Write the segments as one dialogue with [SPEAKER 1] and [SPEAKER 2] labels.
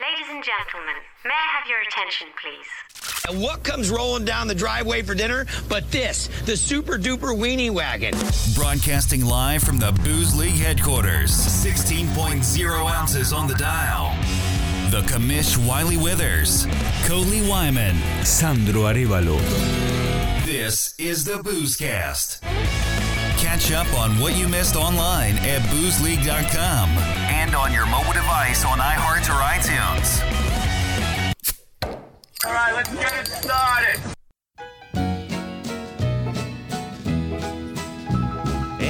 [SPEAKER 1] and gentlemen, may I have your attention, please?
[SPEAKER 2] What comes rolling down the driveway for dinner but this, the super duper weenie wagon?
[SPEAKER 3] Broadcasting live from the Booze League headquarters, 16.0 ounces on the dial. The Commish Wiley Withers, Coley Wyman.
[SPEAKER 4] Sandro Arevalo.
[SPEAKER 3] This is the Boozecast. Catch up on what you missed online at boozeleague.com and on your mobile device on iHeart or iTunes.
[SPEAKER 5] All right, let's get it started.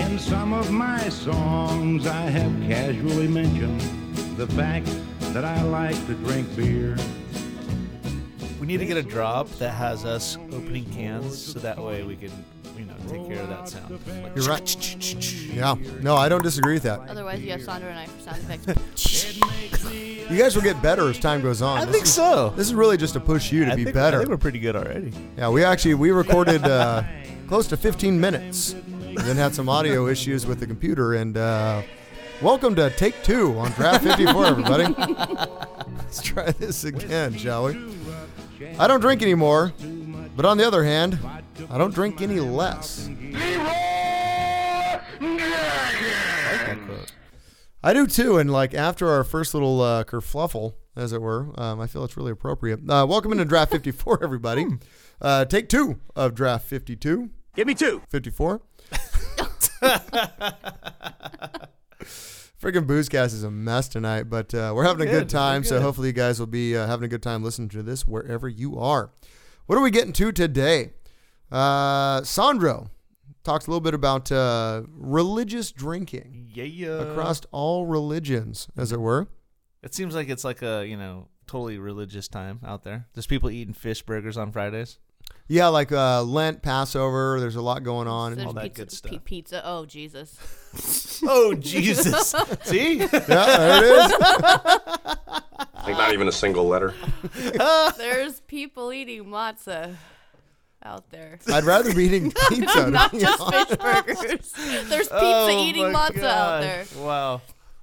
[SPEAKER 6] In some of my songs, I have casually mentioned the fact that I like to drink beer.
[SPEAKER 7] We need to get a drop that has us opening cans, so that way we can, you know, take care of that sound. Like,
[SPEAKER 8] You're right. Yeah. No, I don't disagree with that.
[SPEAKER 9] Otherwise, you have Sandra and I for sound effects.
[SPEAKER 8] You guys will get better as time goes on.
[SPEAKER 7] I
[SPEAKER 8] This
[SPEAKER 7] think
[SPEAKER 8] is-
[SPEAKER 7] so.
[SPEAKER 8] This is really just to push you to
[SPEAKER 7] I
[SPEAKER 8] be
[SPEAKER 7] think- I
[SPEAKER 8] better.
[SPEAKER 7] think we're pretty good already.
[SPEAKER 8] Yeah, we actually we recorded uh, close to 15 minutes, and then had some audio issues with the computer. And uh, welcome to take two on draft 54, everybody. Let's try this again, shall we? I don't drink anymore, but on the other hand, I don't drink any less. I do too, and like after our first little uh, kerfluffle, as it were, um, I feel it's really appropriate. Uh, welcome into Draft 54, everybody. Uh, take two of Draft 52.
[SPEAKER 5] Give me two.
[SPEAKER 8] 54. Freaking Boozecast is a mess tonight, but uh, we're having a good time. So hopefully you guys will be uh, having a good time listening to this wherever you are. What are we getting to today? Uh, Sandro talks a little bit about uh, religious drinking
[SPEAKER 7] Yeah, yeah.
[SPEAKER 8] across all religions, as it were.
[SPEAKER 7] It seems like it's like a, you know, totally religious time out there. There's people eating fish burgers on Fridays.
[SPEAKER 8] Yeah, like uh, Lent, Passover. There's a lot going on.
[SPEAKER 9] There's
[SPEAKER 7] all that
[SPEAKER 9] pizza,
[SPEAKER 7] good stuff.
[SPEAKER 9] pi- Pizza. Oh Jesus.
[SPEAKER 7] Oh Jesus! See,
[SPEAKER 8] yeah, there it is.
[SPEAKER 10] Like not even a single letter.
[SPEAKER 9] There's people eating matzah out there.
[SPEAKER 8] I'd rather be eating pizza. to
[SPEAKER 9] Not
[SPEAKER 8] be
[SPEAKER 9] just
[SPEAKER 8] honest.
[SPEAKER 9] fish burgers. There's pizza
[SPEAKER 7] Oh,
[SPEAKER 9] eating
[SPEAKER 7] my
[SPEAKER 9] matzah out
[SPEAKER 7] God.
[SPEAKER 9] there.
[SPEAKER 7] Wow.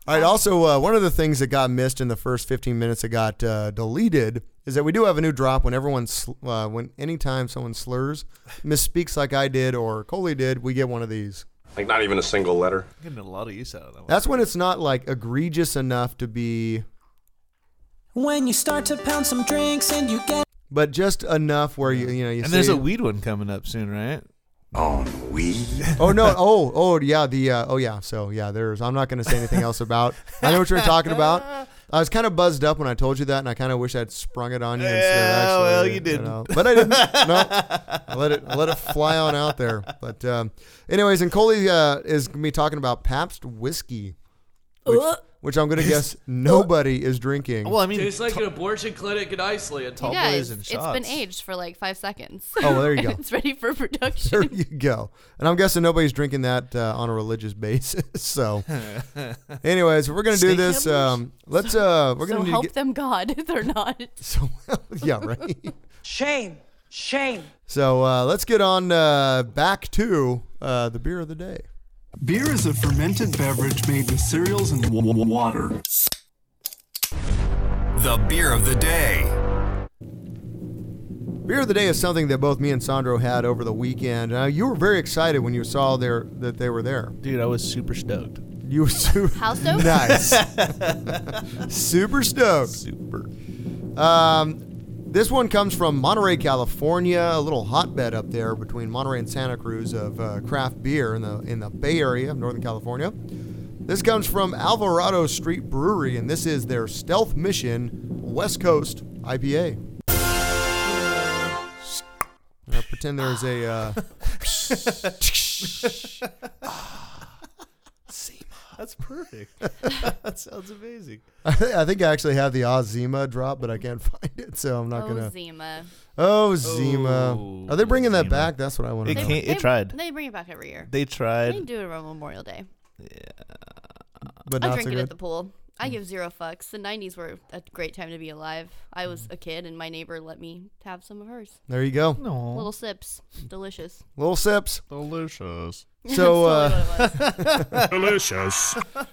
[SPEAKER 8] All right. Also, uh, one of the things that got missed in the first 15 minutes that got uh, deleted is that we do have a new drop when everyone, sl- uh, when anytime someone slurs, misspeaks like I did or Coley did, we get one of these.
[SPEAKER 10] Like not even a single letter.
[SPEAKER 7] Getting a lot of use out of that one.
[SPEAKER 8] That's when it's not like egregious enough to be,
[SPEAKER 4] When you start to pound some drinks and you get
[SPEAKER 8] but just enough where you, you know, you
[SPEAKER 7] and
[SPEAKER 8] say,
[SPEAKER 7] there's a weed one coming up soon, right?
[SPEAKER 8] oh no, oh, oh yeah, the, uh, oh yeah, so yeah, there's. I'm not gonna say anything else about. I know what you're talking about. I was kind of buzzed up when I told you that, and I kind of wish I'd sprung it on you. instead of
[SPEAKER 7] Yeah,
[SPEAKER 8] actually,
[SPEAKER 7] well, you
[SPEAKER 8] know.
[SPEAKER 7] didn't.
[SPEAKER 8] but I didn't. No, I let it I let it fly on out there. But um, anyways, and Coley uh, is gonna be talking about Pabst whiskey, which, which I'm gonna guess nobody is drinking.
[SPEAKER 7] Well, I mean,
[SPEAKER 5] Tastes like an abortion clinic in Iceland.
[SPEAKER 7] tall
[SPEAKER 9] You guys,
[SPEAKER 7] boys and
[SPEAKER 9] it's
[SPEAKER 7] shots.
[SPEAKER 9] been aged for like five seconds.
[SPEAKER 8] Oh, well, there you
[SPEAKER 9] And
[SPEAKER 8] go.
[SPEAKER 9] it's ready for
[SPEAKER 8] There
[SPEAKER 9] production.
[SPEAKER 8] you go. And I'm guessing nobody's drinking that uh, on a religious basis. So, anyways, we're gonna do
[SPEAKER 7] Steak
[SPEAKER 8] this.
[SPEAKER 7] hamburgers?
[SPEAKER 8] Um, let's. Uh, we're
[SPEAKER 9] So
[SPEAKER 8] gonna
[SPEAKER 9] help
[SPEAKER 8] do, get-
[SPEAKER 9] them, God. They're not.
[SPEAKER 8] So yeah, right.
[SPEAKER 4] shame, shame.
[SPEAKER 8] So uh, let's get on uh, back to uh, the beer of the day.
[SPEAKER 5] Beer is a fermented beverage made with cereals and water.
[SPEAKER 3] The beer of the day.
[SPEAKER 8] Beer of the day is something that both me and Sandro had over the weekend. Uh, you were very excited when you saw there that they were there.
[SPEAKER 7] dude, I was super stoked.
[SPEAKER 8] You were super
[SPEAKER 9] How stoked?
[SPEAKER 8] nice, super stoked. Um,
[SPEAKER 7] Super.
[SPEAKER 8] This one comes from Monterey, California, a little hotbed up there between Monterey and Santa Cruz of uh, craft beer in the in the Bay Area of Northern California. This comes from Alvarado Street Brewery, and this is their Stealth Mission West Coast IPA. I pretend there's a. Uh, Ah,
[SPEAKER 7] That's perfect. that sounds amazing.
[SPEAKER 8] I think I actually have the Ozima drop, but I can't find it, so I'm not
[SPEAKER 9] Oh,
[SPEAKER 8] gonna.
[SPEAKER 9] Zima.
[SPEAKER 8] Oh, Zima.
[SPEAKER 7] Oh,
[SPEAKER 8] Are they bringing that
[SPEAKER 7] Zima.
[SPEAKER 8] back? That's what I want to
[SPEAKER 7] It
[SPEAKER 8] know.
[SPEAKER 7] can't- it tried.
[SPEAKER 9] They bring it back every year.
[SPEAKER 7] They
[SPEAKER 9] They, can
[SPEAKER 7] tried.
[SPEAKER 9] do it around Memorial Day.
[SPEAKER 8] But
[SPEAKER 9] I
[SPEAKER 8] not
[SPEAKER 9] drink
[SPEAKER 8] so
[SPEAKER 9] it
[SPEAKER 8] good.
[SPEAKER 9] at the pool. I give zero fucks. The 90s were a great time to be alive. I was a kid, and my neighbor let me have some of hers.
[SPEAKER 8] there you go.
[SPEAKER 9] Little sips. Delicious.
[SPEAKER 8] Little sips.
[SPEAKER 7] Delicious.
[SPEAKER 8] So.
[SPEAKER 9] That's
[SPEAKER 8] Uh,
[SPEAKER 9] totally what it was.
[SPEAKER 5] Delicious.
[SPEAKER 9] oh,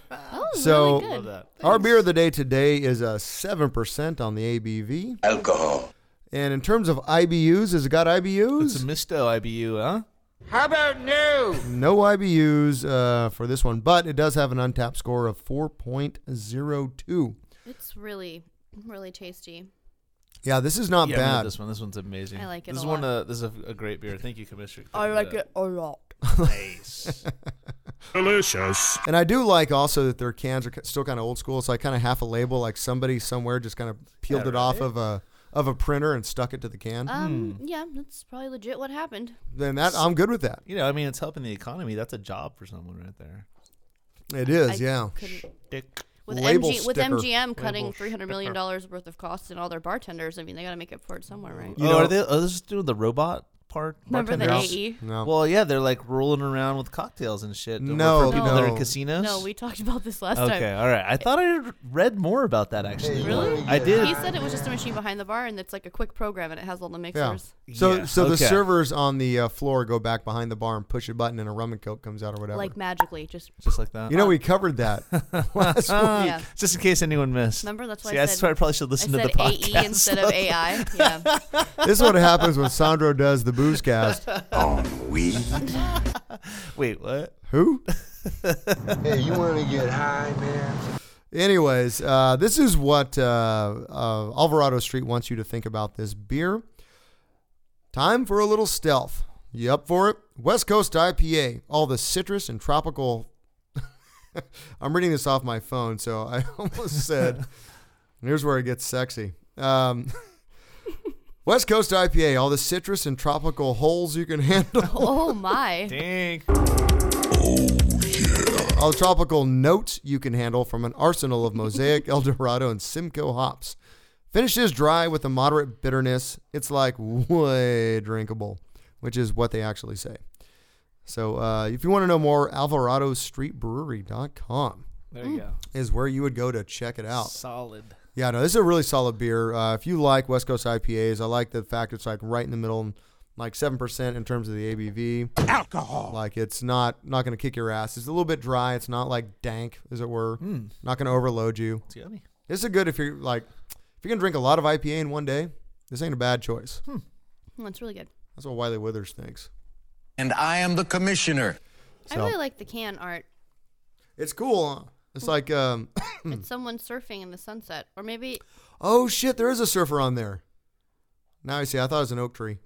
[SPEAKER 9] was
[SPEAKER 8] so
[SPEAKER 9] really good. Love that.
[SPEAKER 8] our beer of the day today is a seven percent on the ABV.
[SPEAKER 11] Alcohol.
[SPEAKER 8] And in terms of IBUs, has it got IBUs?
[SPEAKER 7] It's a Misto IBU, huh?
[SPEAKER 11] How about new?
[SPEAKER 8] No IBUs uh, for this one, but it does have an untapped score of 4.02.
[SPEAKER 9] It's really, really tasty.
[SPEAKER 8] Yeah, this is not
[SPEAKER 7] Yeah, I'm with
[SPEAKER 8] bad.
[SPEAKER 7] This one, this one's amazing.
[SPEAKER 9] I like it
[SPEAKER 7] This is
[SPEAKER 9] a
[SPEAKER 7] one. Of, this is a, a great beer. Thank you, Commissioner. for
[SPEAKER 9] I
[SPEAKER 7] picking
[SPEAKER 9] like it a lot.
[SPEAKER 7] up. Nice.
[SPEAKER 8] Delicious. And I do like also that their cans are ki- still kind of old school, so I kind of half a label, like somebody somewhere just kind of peeled
[SPEAKER 7] Yeah,
[SPEAKER 8] it off
[SPEAKER 7] right.
[SPEAKER 8] of a of a printer and stuck it to the can.
[SPEAKER 9] Um,
[SPEAKER 7] Hmm.
[SPEAKER 9] yeah, that's probably legit what happened.
[SPEAKER 8] Then that I'm good with that.
[SPEAKER 7] You know, I mean, it's helping the economy. That's a job for someone right there.
[SPEAKER 8] It is,
[SPEAKER 9] I
[SPEAKER 8] yeah.
[SPEAKER 9] couldn't-
[SPEAKER 7] Dick.
[SPEAKER 9] With
[SPEAKER 8] Label
[SPEAKER 9] MG, with
[SPEAKER 8] sticker.
[SPEAKER 9] MGM cutting
[SPEAKER 7] Label
[SPEAKER 9] three hundred million
[SPEAKER 7] sticker.
[SPEAKER 9] dollars worth of costs and all their bartenders, I mean, they got to make up for it somewhere, right?
[SPEAKER 7] oh, are they? Are they just doing the robot part?
[SPEAKER 9] Remember the E?
[SPEAKER 7] bartenders?
[SPEAKER 9] AE?
[SPEAKER 8] No.
[SPEAKER 7] Well, yeah, they're like rolling around with cocktails and shit. over
[SPEAKER 8] No,
[SPEAKER 7] for people that are in
[SPEAKER 8] no.
[SPEAKER 7] casinos.
[SPEAKER 9] No, we talked about this last time.
[SPEAKER 7] okay, all right. I thought I had read more about that actually.
[SPEAKER 9] Really?
[SPEAKER 7] I did.
[SPEAKER 9] He said it was just a machine behind the bar, and it's like a quick program, and it has all the
[SPEAKER 8] Yeah.
[SPEAKER 9] mixers.
[SPEAKER 8] So
[SPEAKER 7] Yeah,
[SPEAKER 8] so the
[SPEAKER 7] okay.
[SPEAKER 8] servers on the uh, floor go back behind the bar and push a button and a rum and coke comes out or whatever.
[SPEAKER 9] Like magically, just
[SPEAKER 7] Just like that.
[SPEAKER 8] you uh, know we covered that last week.
[SPEAKER 9] yeah.
[SPEAKER 7] just in case anyone missed.
[SPEAKER 9] Remember that's why
[SPEAKER 7] See,
[SPEAKER 9] I
[SPEAKER 7] that's
[SPEAKER 9] said
[SPEAKER 7] why I probably should
[SPEAKER 9] I
[SPEAKER 7] listen
[SPEAKER 9] said
[SPEAKER 7] to the podcast.
[SPEAKER 9] AE instead of AI. Yeah,
[SPEAKER 8] This is what happens when Sandro does the booze cast.
[SPEAKER 7] Oh,
[SPEAKER 11] On weed.
[SPEAKER 7] Wait, what?
[SPEAKER 8] Who?
[SPEAKER 11] hey, you want to get high, man?
[SPEAKER 8] Anyways, uh, this is what uh, uh, Alvarado Street wants you to think about this beer. Time for a little stealth. You up for it? West Coast IPA. All the citrus and tropical. I'm reading this off my phone, so I almost said, here's where it gets sexy. Um, West Coast IPA. All the citrus and tropical holes you can handle.
[SPEAKER 9] oh my.
[SPEAKER 7] Dang.
[SPEAKER 8] All the tropical notes you can handle from an arsenal of Mosaic, El Dorado, and Simcoe hops. Finishes dry with a moderate bitterness. It's like way drinkable, which is what they actually say. So uh, if you want to know more, alvaradostreetbrewery.com
[SPEAKER 7] There
[SPEAKER 9] Mm.
[SPEAKER 7] you go.
[SPEAKER 8] is where you would go to check it out.
[SPEAKER 7] Solid.
[SPEAKER 8] Yeah, no, this is a really solid beer. Uh, if you like West Coast IPAs, I like the fact it's like right in the middle, like 7% in terms of the ABV.
[SPEAKER 11] Alcohol.
[SPEAKER 8] Like it's not not going to kick your ass. It's a little bit dry. It's not like dank, as it were. Not going to overload you.
[SPEAKER 7] It's yummy.
[SPEAKER 8] This is good if you're like if you can drink a lot of IPA in one day. This ain't a bad choice.
[SPEAKER 9] That's really good.
[SPEAKER 8] That's what Wiley Withers thinks.
[SPEAKER 11] And I am the commissioner.
[SPEAKER 9] I really like the can art.
[SPEAKER 8] It's cool. huh? It's like um,
[SPEAKER 9] It's someone surfing in the sunset, or maybe
[SPEAKER 8] oh shit, there is a surfer on there. Now I see. I thought it was an oak tree.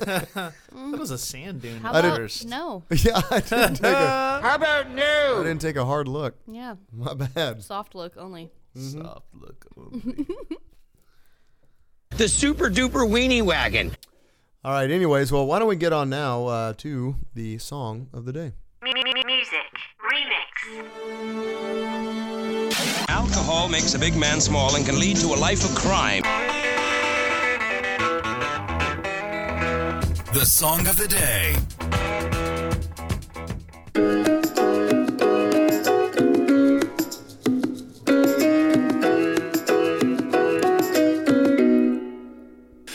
[SPEAKER 7] That was a sand dune.
[SPEAKER 9] Mm. how
[SPEAKER 8] I didn't-
[SPEAKER 9] about
[SPEAKER 7] first.
[SPEAKER 9] no?
[SPEAKER 8] yeah, I didn't take a
[SPEAKER 11] How about
[SPEAKER 8] I
[SPEAKER 11] new?
[SPEAKER 8] didn't take a hard look.
[SPEAKER 9] Yeah,
[SPEAKER 8] My bad.
[SPEAKER 9] soft look only.
[SPEAKER 7] Soft look. only.
[SPEAKER 2] The super duper weenie wagon.
[SPEAKER 8] All right. Anyways, well, why don't we get on now uh, to the song of the
[SPEAKER 1] M-
[SPEAKER 8] day?
[SPEAKER 1] m- m- music. Remix.
[SPEAKER 12] Alcohol makes a big man small and can lead to a life of crime.
[SPEAKER 3] The song of the day.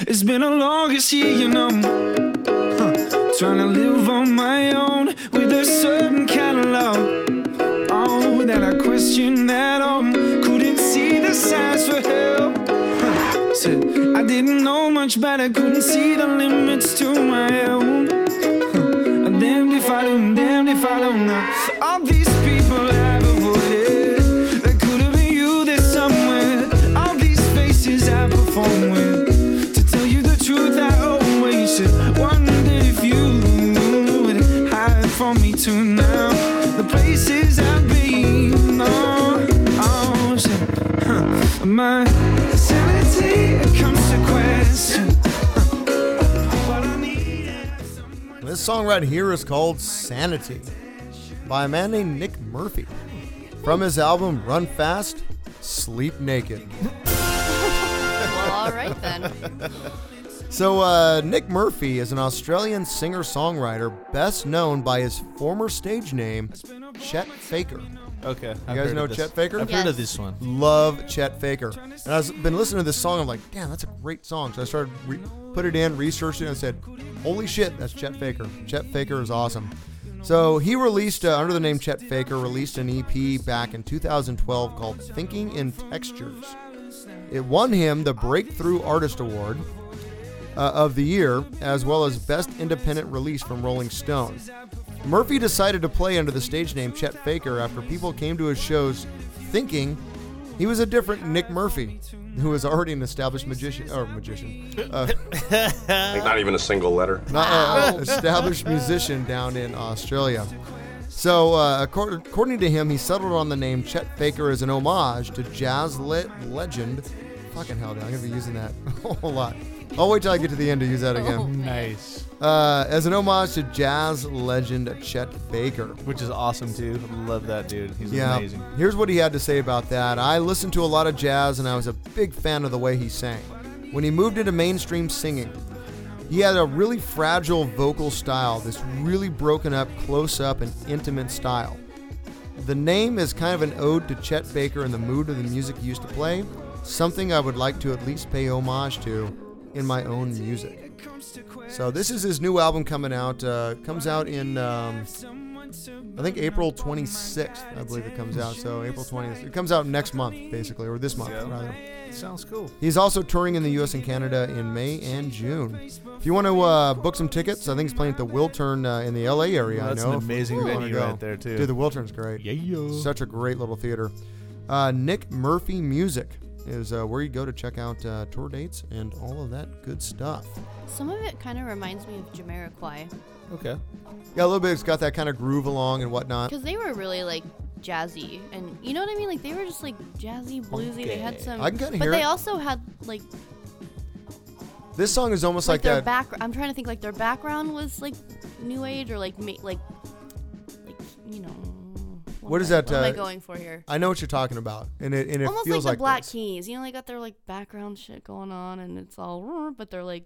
[SPEAKER 4] It's been the longest year, you know. Huh. Trying to live on my own with a certain kind of love. Oh, that I question at all. Couldn't see the signs for help. Huh. Said I didn't know much, but I couldn't see the limits to my own. Huh. I'm damned if I do, I'm damned if I don't know. All these people I've avoided. There could have been you there somewhere. All these faces I perform with. To tell you the truth, I always should wonder if you would hide from me too now. The places I've been, oh, oh shit. Huh. My sanity comes to question. Huh. What I need is someone-
[SPEAKER 8] This song right here is called Sanity by a man named Nick Murphy from his album Run Fast, Sleep Naked.
[SPEAKER 9] Well, all right then.
[SPEAKER 8] So, uh, Nick Murphy is an Australian singer songwriter best known by his former stage name, Chet Faker.
[SPEAKER 7] okay. You
[SPEAKER 8] guys know Chet Faker?
[SPEAKER 7] I've heard
[SPEAKER 9] Yes.
[SPEAKER 7] of this one.
[SPEAKER 8] Love Chet Faker. And I've been listening to this song, I'm like, damn, that's a great song. So I started, re- put it in, researched it, and I said, holy shit, that's Chet Faker. Chet Faker is awesome. So he released, uh, under the name Chet Faker, released an EP back in 2012 called Thinking in Textures. It won him the Breakthrough Artist Award uh, of the Year, as well as Best Independent Release from Rolling Stone. Murphy decided to play under the stage name Chet Faker after people came to his shows thinking he was a different Nick Murphy, who was already an established magician or magician. Uh,
[SPEAKER 10] Like not even a single letter.
[SPEAKER 8] not an established musician down in Australia. So, uh, accor- according to him, he settled on the name Chet Faker as an homage to jazz lit legend. Fucking hell, dude, I'm gonna be using that a whole lot. I'll wait till I get to the end to use that again.
[SPEAKER 7] Oh, man. Nice.
[SPEAKER 8] Uh, as an homage to jazz legend Chet Baker,
[SPEAKER 7] which is awesome too. Love that dude. He's amazing.
[SPEAKER 8] Here's what he had to say about that. I listened to a lot of jazz and I was a big fan of the way he sang. When he moved into mainstream singing, he had a really fragile vocal style, this really broken up, close up, and intimate style. The name is kind of an ode to Chet Baker and the mood of the music he used to play, something I would like to at least pay homage to in my own music. So this is his new album coming out. Uh, comes out in um, I think April 26th, I believe it comes out. So April 20th, it comes out next month, basically, or this month rather.
[SPEAKER 7] Sounds cool.
[SPEAKER 8] He's also touring in the U.S. and Canada in May and June. If you want to uh, book some tickets, I think he's playing at the Wiltern uh, in the L.A. area.
[SPEAKER 7] Well, that's
[SPEAKER 8] I know
[SPEAKER 7] an amazing
[SPEAKER 8] If you wanna
[SPEAKER 7] venue
[SPEAKER 8] go.
[SPEAKER 7] right there, too.
[SPEAKER 8] Dude, the Wiltern's great. Yeah, such a great little theater. Uh, Nick Murphy Music is uh, where you go to check out uh, tour dates and all of that good stuff.
[SPEAKER 9] Some of it kind of reminds me of Jamiroquai.
[SPEAKER 8] Okay. Yeah, a little bit. It's got that kind of groove along and whatnot.
[SPEAKER 9] Because they were really like jazzy, and you know what I mean. Like they were just like jazzy, bluesy. They had some.
[SPEAKER 8] I can kinda
[SPEAKER 9] But
[SPEAKER 8] hear
[SPEAKER 9] they
[SPEAKER 8] it.
[SPEAKER 9] also had like
[SPEAKER 8] This song is almost like,
[SPEAKER 9] their
[SPEAKER 8] that.
[SPEAKER 9] back. I'm trying to think. Like their background was like new age or like ma- like like you know. What,
[SPEAKER 8] What
[SPEAKER 9] am
[SPEAKER 8] is
[SPEAKER 9] I-
[SPEAKER 8] that?
[SPEAKER 9] What am I
[SPEAKER 8] uh,
[SPEAKER 9] going for here?
[SPEAKER 8] I know what you're talking about, and it and it
[SPEAKER 9] Almost like
[SPEAKER 8] feels
[SPEAKER 9] the
[SPEAKER 8] like,
[SPEAKER 9] Black
[SPEAKER 8] this.
[SPEAKER 9] Keys. You know, they got their like background shit going on, and it's all. "Rrr," But they're like.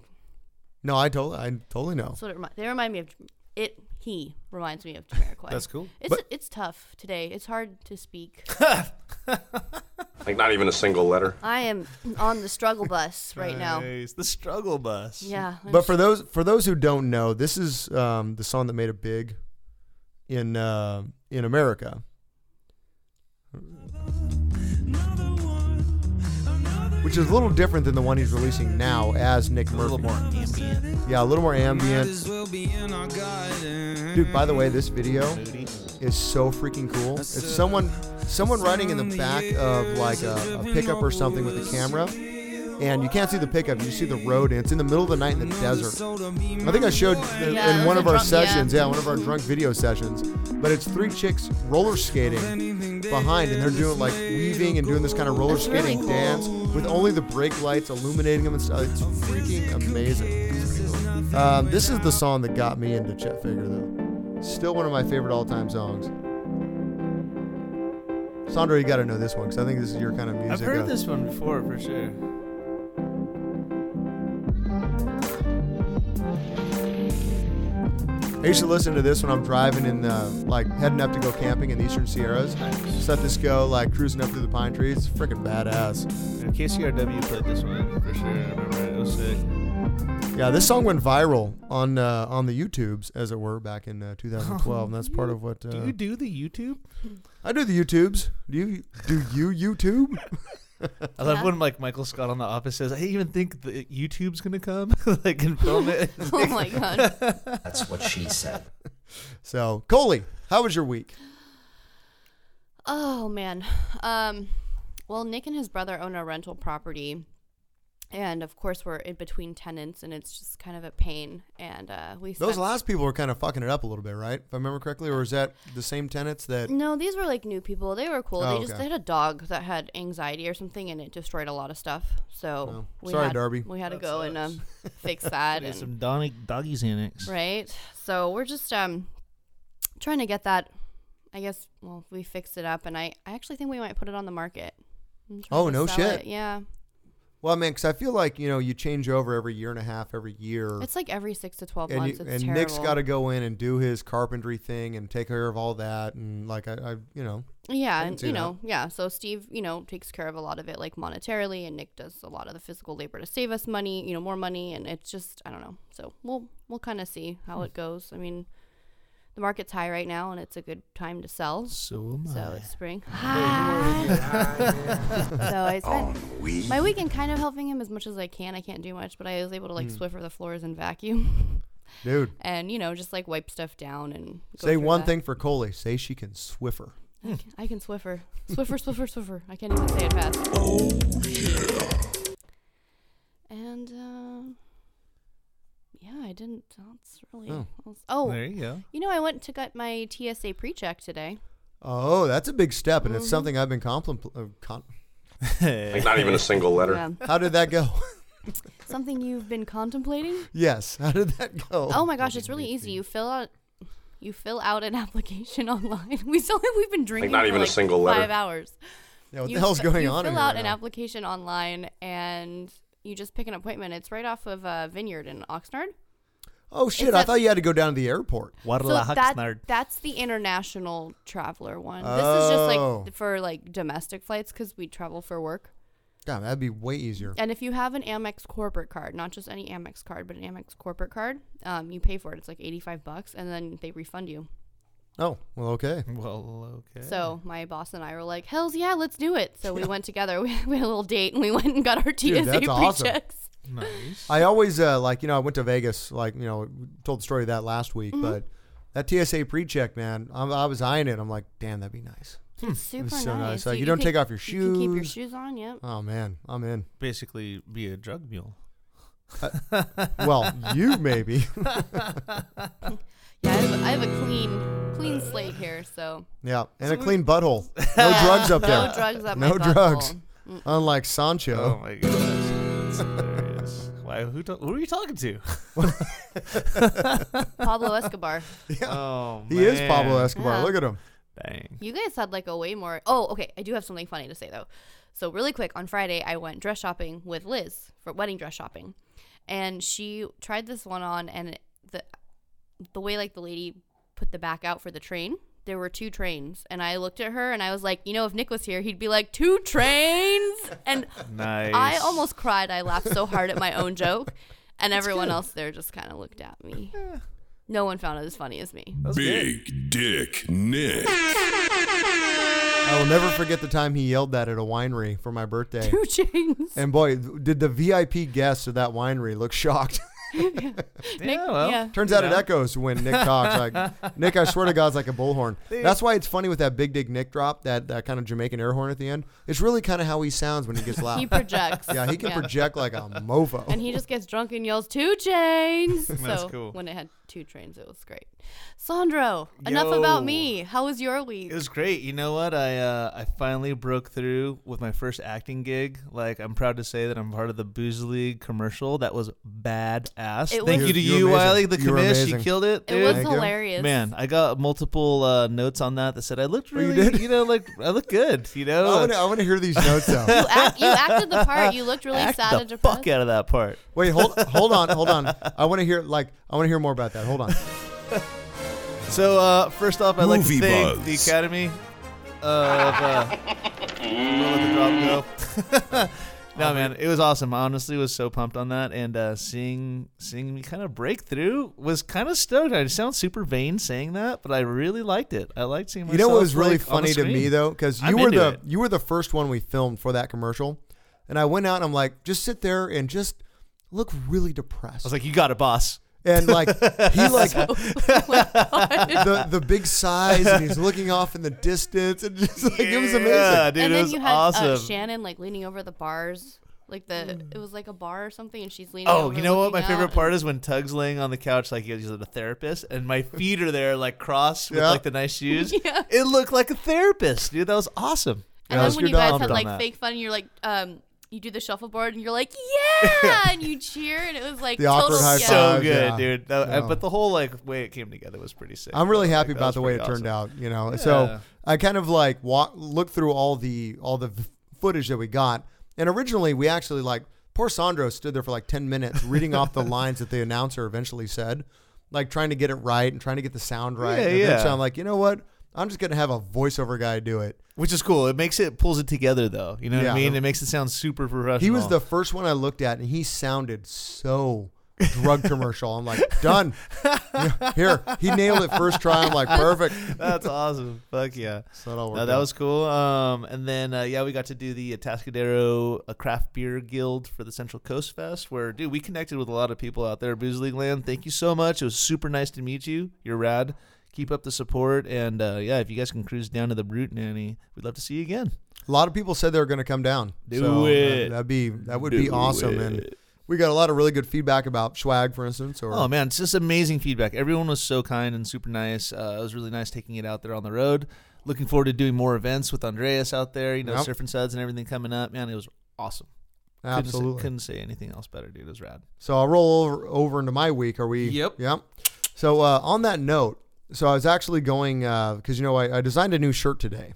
[SPEAKER 8] No, I totally, I totally know.
[SPEAKER 9] That's what it remi- they remind me of. It he reminds me of Jamiroquai.
[SPEAKER 8] That's cool.
[SPEAKER 9] It's
[SPEAKER 8] But-
[SPEAKER 9] it's tough today. It's hard to speak.
[SPEAKER 10] Like not even a single letter.
[SPEAKER 9] I am on the struggle bus right now.
[SPEAKER 7] Nice. The struggle bus.
[SPEAKER 9] Yeah. I'm
[SPEAKER 8] But for those for those who don't know, this is um, the song that made it big in uh, in America. Which is a little different than the one he's releasing now as Nick Murphy. A little more ambient. Yeah, a little more ambient. Dude, by the way, this video is so freaking cool. It's someone someone riding in the back of like a, a pickup or something with a camera. And you can't see the pickup, you see the road, and it's in the middle of the night in the desert. I think I showed in-
[SPEAKER 9] Yeah, it
[SPEAKER 8] in
[SPEAKER 9] was
[SPEAKER 8] one
[SPEAKER 9] a
[SPEAKER 8] of our
[SPEAKER 9] drunk- yeah.
[SPEAKER 8] sessions, yeah, one of our drunk video sessions. But it's three chicks roller skating behind, and they're doing like weaving and doing this kind of roller
[SPEAKER 9] That's really
[SPEAKER 8] skating
[SPEAKER 9] cool.
[SPEAKER 8] dance with only the brake lights illuminating them and stuff. It's freaking amazing. Um, this is the song that got me into Chet Faker, though. Still one of my favorite all-time songs. Sandra, you got to know this one because I think this is your kind of music.
[SPEAKER 7] I've heard
[SPEAKER 8] Uh,
[SPEAKER 7] this one before for sure.
[SPEAKER 8] I used to listen to this when I'm driving in the like heading up to go camping in the Eastern Sierras. Just let this go, like cruising up through the pine trees. It's Freaking badass.
[SPEAKER 7] Yeah, KCRW played this one for sure. I remember it. It was sick.
[SPEAKER 8] Yeah, this song went viral on uh, on the YouTubes, as it were, back in uh, 2012, and that's part of what. Uh,
[SPEAKER 7] Oh, Do you do the YouTube?
[SPEAKER 8] I do the YouTubes. Do you do you YouTube?
[SPEAKER 7] I love when like Michael Scott on The Office says, "I even think the YouTube's gonna come, like and film it."
[SPEAKER 9] Oh my God.
[SPEAKER 7] That's
[SPEAKER 9] what she said.
[SPEAKER 8] So, Coley, how was your week?
[SPEAKER 9] Oh man. Um well Nick and his brother own a rental property and of course we're in between tenants and it's just kind of a pain and uh we
[SPEAKER 8] Those
[SPEAKER 9] spent-
[SPEAKER 8] last people were kind of fucking it up a little bit, right? If I remember correctly, or is that the same tenants that?
[SPEAKER 9] No, these were like new people. They were cool.
[SPEAKER 8] Oh,
[SPEAKER 9] they just
[SPEAKER 8] okay.
[SPEAKER 9] they had a dog that had anxiety or something and it destroyed a lot of stuff. So we
[SPEAKER 8] Sorry,
[SPEAKER 9] had,
[SPEAKER 8] Darby.
[SPEAKER 9] We had to go and um, fix that
[SPEAKER 7] There's
[SPEAKER 9] and
[SPEAKER 7] some Donny doggies in it.
[SPEAKER 9] Right. So we're just um trying to get that. I guess well we fixed it up, and I I actually think we might put it on the market. I'm trying
[SPEAKER 8] Oh,
[SPEAKER 9] to
[SPEAKER 8] no
[SPEAKER 9] sell
[SPEAKER 8] shit.
[SPEAKER 9] it. Yeah,
[SPEAKER 8] Well, I mean, because I feel like you know you change over every year and a half, every year.
[SPEAKER 9] it's like every six to twelve
[SPEAKER 8] Oh. and,
[SPEAKER 9] months.
[SPEAKER 8] you-
[SPEAKER 9] it's
[SPEAKER 8] and
[SPEAKER 9] terrible.
[SPEAKER 8] Nick's got to go in and do his carpentry thing and take care of all that and like I, I you know I
[SPEAKER 9] Yeah,
[SPEAKER 8] can
[SPEAKER 9] and
[SPEAKER 8] see
[SPEAKER 9] you
[SPEAKER 8] that.
[SPEAKER 9] know, yeah. So Steve, you know, takes care of a lot of it, like monetarily, and Nick does a lot of the physical labor to save us money,
[SPEAKER 8] Hmm.
[SPEAKER 9] you know, more money, and it's just I don't know. So we'll we'll kind of see how it goes. I mean, the market's high right now, and it's a good time to sell.
[SPEAKER 7] So am
[SPEAKER 9] So
[SPEAKER 7] I.
[SPEAKER 9] it's spring. so
[SPEAKER 7] Hi.
[SPEAKER 9] I spent
[SPEAKER 7] On we-
[SPEAKER 9] my weekend kind of helping him as much as I can. I can't do much, but I was able to like
[SPEAKER 8] Mm.
[SPEAKER 9] swiffer the floors and vacuum.
[SPEAKER 8] Dude.
[SPEAKER 9] And you know, just like wipe stuff down and go
[SPEAKER 8] Say
[SPEAKER 9] through
[SPEAKER 8] one
[SPEAKER 9] that.
[SPEAKER 8] thing for Coley. Say she can swiffer.
[SPEAKER 9] I can, I can Swiffer. Swiffer, Swiffer, Swiffer. I can't even say it fast. Oh, yeah. And, uh, yeah, I didn't. That's really.
[SPEAKER 8] Oh.
[SPEAKER 9] else- Oh.
[SPEAKER 8] There you go.
[SPEAKER 9] You know, I went to get my TSA pre check today.
[SPEAKER 8] Oh, that's a big step, and
[SPEAKER 9] Mhm.
[SPEAKER 8] it's something I've been complim. Uh, con-
[SPEAKER 10] Like, not even a single letter.
[SPEAKER 9] Yeah.
[SPEAKER 8] How did that go?
[SPEAKER 9] Something you've been contemplating?
[SPEAKER 8] yes. How did that go?
[SPEAKER 9] Oh, my gosh, it's really easy. You fill out. You fill out an application online. We still we've been drinking
[SPEAKER 10] not
[SPEAKER 9] for
[SPEAKER 10] even a
[SPEAKER 9] like
[SPEAKER 10] single letter.
[SPEAKER 9] five hours.
[SPEAKER 8] Yeah, what
[SPEAKER 9] You
[SPEAKER 8] the hell's
[SPEAKER 9] fi-
[SPEAKER 8] going
[SPEAKER 9] you
[SPEAKER 8] on? in
[SPEAKER 9] fill
[SPEAKER 8] here
[SPEAKER 9] out
[SPEAKER 8] right
[SPEAKER 9] an
[SPEAKER 8] now?
[SPEAKER 9] application online and you just pick an appointment. It's right off of uh, Vineyard in Oxnard.
[SPEAKER 8] Oh shit!
[SPEAKER 9] It's
[SPEAKER 8] I
[SPEAKER 9] a-
[SPEAKER 8] thought you had to go down to the airport.
[SPEAKER 9] So that, that's the international traveler one. This is
[SPEAKER 8] Oh.
[SPEAKER 9] just like for like domestic flights because we travel for work.
[SPEAKER 8] God, that'd be way easier.
[SPEAKER 9] And if you have an Amex corporate card, not just any Amex card, but an Amex corporate card, um, you pay for it. It's like eighty-five bucks, and then they refund you.
[SPEAKER 8] Oh well, okay.
[SPEAKER 7] Well, okay.
[SPEAKER 9] So my boss and I were like, "Hell's yeah, let's do it!" So we went together. We, we had a little date, and we went and got our TSA
[SPEAKER 8] Dude, that's awesome.
[SPEAKER 9] pre-checks.
[SPEAKER 8] I always uh, like you know I went to Vegas like you know we told the story of that last week,
[SPEAKER 9] Mhm.
[SPEAKER 8] but that TSA pre-check man, I, I was eyeing it. I'm like, damn, that'd be nice.
[SPEAKER 9] It's
[SPEAKER 8] It'd be
[SPEAKER 9] super
[SPEAKER 8] so
[SPEAKER 9] nice.
[SPEAKER 8] Like, you,
[SPEAKER 9] You- you
[SPEAKER 8] don't
[SPEAKER 9] can-
[SPEAKER 8] take off your
[SPEAKER 9] you
[SPEAKER 8] shoes.
[SPEAKER 9] can keep your shoes on, yep.
[SPEAKER 8] Oh man, I'm in.
[SPEAKER 7] Basically, be a drug mule.
[SPEAKER 8] Well, you maybe.
[SPEAKER 9] Yeah, I have, I have a clean, clean slate here. So
[SPEAKER 8] yeah, and
[SPEAKER 9] So
[SPEAKER 8] a
[SPEAKER 9] we-
[SPEAKER 8] clean butthole. No drugs up there.
[SPEAKER 9] No drugs up
[SPEAKER 8] No
[SPEAKER 9] my butthole.
[SPEAKER 8] drugs.
[SPEAKER 9] Mm-mm.
[SPEAKER 8] Unlike Sancho.
[SPEAKER 7] Oh my gosh, that's hilarious. Why? Who? ta- who are you talking to?
[SPEAKER 9] Pablo Escobar.
[SPEAKER 7] Oh,
[SPEAKER 8] He is Pablo
[SPEAKER 7] man.
[SPEAKER 8] Escobar.
[SPEAKER 9] Yeah.
[SPEAKER 8] Look at him.
[SPEAKER 7] Dang.
[SPEAKER 9] You guys had like a way more. Oh, okay. I do have something funny to say though. So really quick on Friday, I went dress shopping with Liz for wedding dress shopping, and she tried this one on, and it- the the way like the lady put the back out for the train. There were two trains, and I looked at her and I was like, you know, if Nick was here, he'd be like, two trains, and
[SPEAKER 7] Nice.
[SPEAKER 9] I almost cried. I laughed so hard at my own joke, and
[SPEAKER 7] That's
[SPEAKER 9] everyone
[SPEAKER 7] good.
[SPEAKER 9] else there just kind of looked at me. No one found it as funny as me.
[SPEAKER 13] Big Dick Nick.
[SPEAKER 8] I will never forget the time he yelled that at a winery for my birthday.
[SPEAKER 9] Two chains.
[SPEAKER 8] And boy, th- did the VIP guests of that winery look shocked.
[SPEAKER 9] Nick-
[SPEAKER 7] well,
[SPEAKER 9] yeah.
[SPEAKER 8] Turns
[SPEAKER 7] You
[SPEAKER 8] out it
[SPEAKER 7] know.
[SPEAKER 8] echoes when Nick talks. Like Nick, I swear to God, it's like a bullhorn.
[SPEAKER 7] Dude.
[SPEAKER 8] That's why it's funny with that big dig Nick drop, that, that kind of Jamaican air horn at the end. It's really kind of how he sounds when he gets loud.
[SPEAKER 9] He projects.
[SPEAKER 8] Yeah, he can
[SPEAKER 9] Yeah.
[SPEAKER 8] project like a mofo.
[SPEAKER 9] and he just gets drunk and yells two chains.
[SPEAKER 8] That's
[SPEAKER 9] so
[SPEAKER 8] cool.
[SPEAKER 9] when it had two trains, it was great. Sandro, enough about me. How was your week?
[SPEAKER 7] It was great. You know what? I uh, I finally broke through with my first acting gig. Like I'm proud to say that I'm part of the Booze League commercial. That was badass.
[SPEAKER 9] It
[SPEAKER 7] Thank
[SPEAKER 9] was-
[SPEAKER 7] you to
[SPEAKER 9] You're-
[SPEAKER 7] you,
[SPEAKER 9] you're amazing.
[SPEAKER 7] Wiley, the
[SPEAKER 9] You were
[SPEAKER 7] commish. You
[SPEAKER 9] amazing.
[SPEAKER 7] killed it.
[SPEAKER 9] It
[SPEAKER 7] dude.
[SPEAKER 9] was Thank you. hilarious.
[SPEAKER 7] Man, I got multiple uh, notes on that that said I looked really, you, know, like I look good. You know,
[SPEAKER 8] I wanna- I want to hear these notes out.
[SPEAKER 9] You, act, you acted the part. You looked really sad and
[SPEAKER 7] the
[SPEAKER 9] depressed.
[SPEAKER 7] fuck out of that part.
[SPEAKER 8] Wait, hold hold on, hold on. I want to hear like I want to hear more about that. Hold on.
[SPEAKER 7] So uh, first off, I'd like to
[SPEAKER 8] Movie
[SPEAKER 7] thank
[SPEAKER 8] bugs.
[SPEAKER 7] the Academy of. Uh, we'll let the drop go. no man, it was awesome. Honestly, was so pumped on that, and uh, seeing seeing me kind of break through was kind of stoked. I sound super vain saying that, but I really liked it. I liked seeing.
[SPEAKER 8] You know what
[SPEAKER 7] myself,
[SPEAKER 8] was really
[SPEAKER 7] like, on the
[SPEAKER 8] funny to me
[SPEAKER 7] screen.
[SPEAKER 8] though, because
[SPEAKER 7] I'm
[SPEAKER 8] you were
[SPEAKER 7] into
[SPEAKER 8] the
[SPEAKER 7] it.
[SPEAKER 8] you were the first one we filmed for that commercial, and I went out and I'm like, just sit there and just look really
[SPEAKER 7] I
[SPEAKER 8] depressed.
[SPEAKER 7] was like, you got it, boss.
[SPEAKER 8] and like he like the the big size, and he's looking off in the distance, and just like it was amazing.
[SPEAKER 7] Yeah, dude,
[SPEAKER 9] and
[SPEAKER 7] it
[SPEAKER 9] then
[SPEAKER 7] was
[SPEAKER 9] you had uh,
[SPEAKER 7] awesome.
[SPEAKER 9] Shannon like leaning over the bars, like the it was like a bar or something, and she's leaning.
[SPEAKER 7] Oh,
[SPEAKER 9] over
[SPEAKER 7] you know what? My
[SPEAKER 9] looking
[SPEAKER 7] favorite
[SPEAKER 9] out.
[SPEAKER 7] part is when Tug's laying on the couch like he's a therapist, and my feet are there like crossed with
[SPEAKER 8] Yeah.
[SPEAKER 7] like the nice shoes. It looked like a therapist, dude. That was awesome.
[SPEAKER 9] And then when you guys had like fake fun, you're like, um, you do the shuffleboard, and you're like, yeah, and you cheer, and it was like
[SPEAKER 8] The
[SPEAKER 9] total
[SPEAKER 8] awkward high
[SPEAKER 9] yeah.
[SPEAKER 7] so
[SPEAKER 8] five,
[SPEAKER 7] good,
[SPEAKER 8] yeah.
[SPEAKER 7] dude. That-
[SPEAKER 8] No.
[SPEAKER 7] But the whole like way it came together was pretty sick.
[SPEAKER 8] I'm really
[SPEAKER 7] though. Like,
[SPEAKER 8] happy
[SPEAKER 7] that
[SPEAKER 8] about
[SPEAKER 7] was
[SPEAKER 8] the way it
[SPEAKER 7] pretty
[SPEAKER 8] turned out.
[SPEAKER 7] awesome.
[SPEAKER 8] You know,
[SPEAKER 7] Yeah.
[SPEAKER 8] so I kind of like walk, look through all the all the f- footage that we got, and originally we actually like poor Sandro stood there for like ten minutes reading off the lines that the announcer eventually said, like trying to get it right and trying to get the sound right.
[SPEAKER 7] Yeah,
[SPEAKER 8] and eventually
[SPEAKER 7] yeah.
[SPEAKER 8] I'm like, you know what? I'm just gonna have a voiceover guy do it.
[SPEAKER 7] which is cool. It makes it pulls it together though. You know what
[SPEAKER 8] Yeah.
[SPEAKER 7] I mean? It makes it sound super professional.
[SPEAKER 8] He was the first one I looked at, and he sounded so drug commercial. I'm like, done. Yeah, Here, he nailed it first try. I'm like, perfect.
[SPEAKER 7] That's awesome. Fuck yeah.
[SPEAKER 8] So that all
[SPEAKER 7] No,
[SPEAKER 8] worked
[SPEAKER 7] that
[SPEAKER 8] out.
[SPEAKER 7] was cool. Um, and then uh, yeah, we got to do the uh, Tascadero uh, Craft Beer Guild for the Central Coast Fest, where dude, we connected with a lot of people out there, at Booze League Land. Thank you so much. It was super nice to meet you. You're rad. Keep up the support, and uh, yeah, if you guys can cruise down to the Brute Nanny, we'd love to see you again.
[SPEAKER 8] A lot of people said they were going to come down.
[SPEAKER 7] Do
[SPEAKER 8] so that-
[SPEAKER 7] it.
[SPEAKER 8] That'd be that would
[SPEAKER 7] Do
[SPEAKER 8] be awesome. And we got a lot of really good feedback about swag, for instance. Or
[SPEAKER 7] Oh man, it's just amazing feedback. Everyone was so kind and super nice. Uh, it was really nice taking it out there on the road. Looking forward to doing more events with Andreas out there. You know,
[SPEAKER 8] Yep.
[SPEAKER 7] surfing suds and everything coming up. Man, it was awesome. Couldn't say-
[SPEAKER 8] Absolutely.
[SPEAKER 7] couldn't say anything else better, dude. It was rad.
[SPEAKER 8] So I'll roll over, over into my week. Are we?
[SPEAKER 7] Yep.
[SPEAKER 8] Yep. So uh, on that note, so I was actually going because you know I, I designed a new shirt today,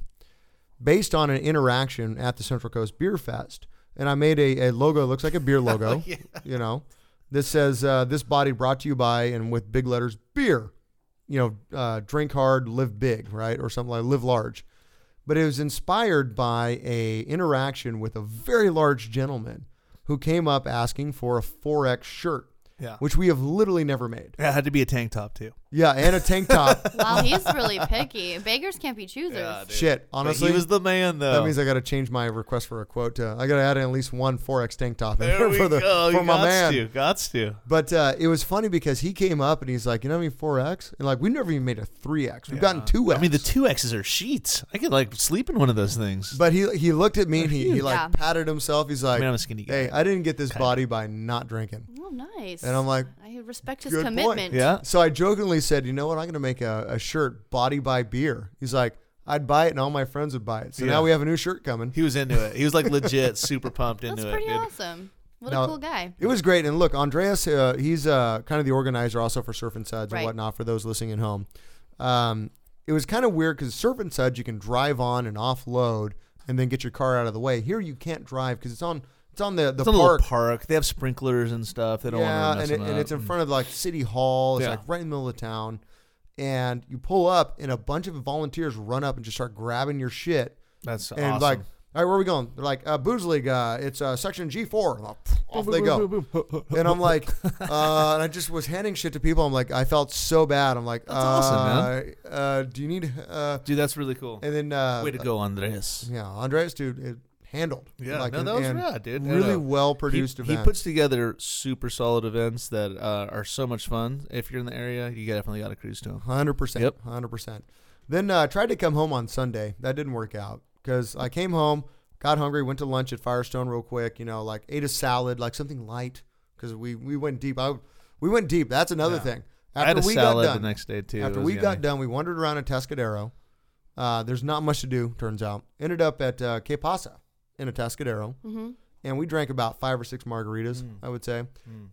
[SPEAKER 8] based on an interaction at the Central Coast Beer Fest, and I made a, a logo. that looks like a beer logo. You know, this says uh, this body brought to you by and with big letters beer. You know, uh, drink hard, live big, right, or something like live large. But it was inspired by a interaction with a very large gentleman who came up asking for a 4X shirt,
[SPEAKER 7] Yeah.
[SPEAKER 8] which we have literally never made.
[SPEAKER 7] Yeah, it had to be a tank top too.
[SPEAKER 8] Yeah, and a tank top.
[SPEAKER 9] Wow, he's really picky. Beggars can't be choosers.
[SPEAKER 8] Shit,
[SPEAKER 7] But he
[SPEAKER 8] honestly,
[SPEAKER 7] was the man, though.
[SPEAKER 8] That means I got to change my request for a quote. To, I got to add in at least one 4X tank top in
[SPEAKER 7] There
[SPEAKER 8] there
[SPEAKER 7] we
[SPEAKER 8] for the
[SPEAKER 7] go.
[SPEAKER 8] for
[SPEAKER 7] You
[SPEAKER 8] my
[SPEAKER 7] gots
[SPEAKER 8] man.
[SPEAKER 7] to, gots to.
[SPEAKER 8] But uh, it was funny because he came up and he's like, you know, what I mean, 4X, and like we've never even made a 3X. We've gotten 2X.
[SPEAKER 7] I mean, the two X's are sheets. I could like sleep in one of those things.
[SPEAKER 8] But he he looked at me and he, he
[SPEAKER 7] huge.
[SPEAKER 8] like
[SPEAKER 7] Yeah.
[SPEAKER 8] patted himself. He's like,
[SPEAKER 7] mean, I'm a skinny guy.
[SPEAKER 8] Hey, I didn't get this body by not drinking.
[SPEAKER 9] Oh, nice.
[SPEAKER 8] And I'm like,
[SPEAKER 9] I respect his
[SPEAKER 8] Good
[SPEAKER 9] commitment.
[SPEAKER 8] Point.
[SPEAKER 7] Uh.
[SPEAKER 8] So I jokingly said, you know what? I'm going to make a, a shirt body by beer. He's like, I'd buy it and all my friends would buy it. So
[SPEAKER 7] Yeah.
[SPEAKER 8] now we have a new shirt coming.
[SPEAKER 7] He was into it. He was like legit, super pumped into
[SPEAKER 9] That's
[SPEAKER 7] it.
[SPEAKER 9] pretty
[SPEAKER 7] dude.
[SPEAKER 9] awesome. What
[SPEAKER 8] Now,
[SPEAKER 9] a cool guy.
[SPEAKER 8] It was great. And look, Andreas, uh, he's uh, kind of the organizer also for Surf and Suds
[SPEAKER 9] Right.
[SPEAKER 8] and whatnot for those listening at home. Um, it was kind of weird because Surf and Suds, you can drive on and offload and then get your car out of the way. Here, you can't drive because it's on. It's on the, the
[SPEAKER 7] It's a little
[SPEAKER 8] park.
[SPEAKER 7] park. They have sprinklers and stuff. They don't
[SPEAKER 8] yeah,
[SPEAKER 7] want to mess
[SPEAKER 8] and, it,
[SPEAKER 7] them
[SPEAKER 8] and
[SPEAKER 7] up.
[SPEAKER 8] it's in front of like City Hall. It's
[SPEAKER 7] Yeah.
[SPEAKER 8] like right in the middle of town. And you pull up, and a bunch of volunteers run up and just start grabbing your shit.
[SPEAKER 7] That's
[SPEAKER 8] and
[SPEAKER 7] awesome.
[SPEAKER 8] like, all right, where are we going? They're like, uh, Booze League. Uh, it's uh, section G four. Off they go. and I'm like, uh, and I just was handing shit to people. I'm like, I felt so bad. I'm like, that's
[SPEAKER 7] awesome,
[SPEAKER 8] man. Uh, do you need? Uh,
[SPEAKER 7] Dude, that's really cool.
[SPEAKER 8] And then uh,
[SPEAKER 7] Way to go, Andres.
[SPEAKER 8] Yeah, Andres, dude, it handled.
[SPEAKER 7] Yeah,
[SPEAKER 8] Like,
[SPEAKER 7] no,
[SPEAKER 8] and-
[SPEAKER 7] that was
[SPEAKER 8] and
[SPEAKER 7] rad, dude. No,
[SPEAKER 8] Really
[SPEAKER 7] no.
[SPEAKER 8] well produced
[SPEAKER 7] He,
[SPEAKER 8] event.
[SPEAKER 7] he puts together super solid events that uh, are so much fun. If you're in the area, you definitely got to cruise to him.
[SPEAKER 8] Hundred percent. Hundred percent. Then uh, I tried to come home on Sunday. That didn't work out because I came home, got hungry, went to lunch at Firestone real quick. You know, like ate a salad, like something light, because we we went deep. I we went deep. That's another
[SPEAKER 7] Yeah.
[SPEAKER 8] thing.
[SPEAKER 7] I had a salad the next day, too.
[SPEAKER 8] After
[SPEAKER 7] It was
[SPEAKER 8] we
[SPEAKER 7] yummy.
[SPEAKER 8] got done, we wandered around in Tascadero. Uh, there's not much to do, turns out. Ended up at uh, Que Pasa in a Tascadero.
[SPEAKER 9] Mhm.
[SPEAKER 8] And we drank about five or six margaritas,
[SPEAKER 7] Mm.
[SPEAKER 8] I would say.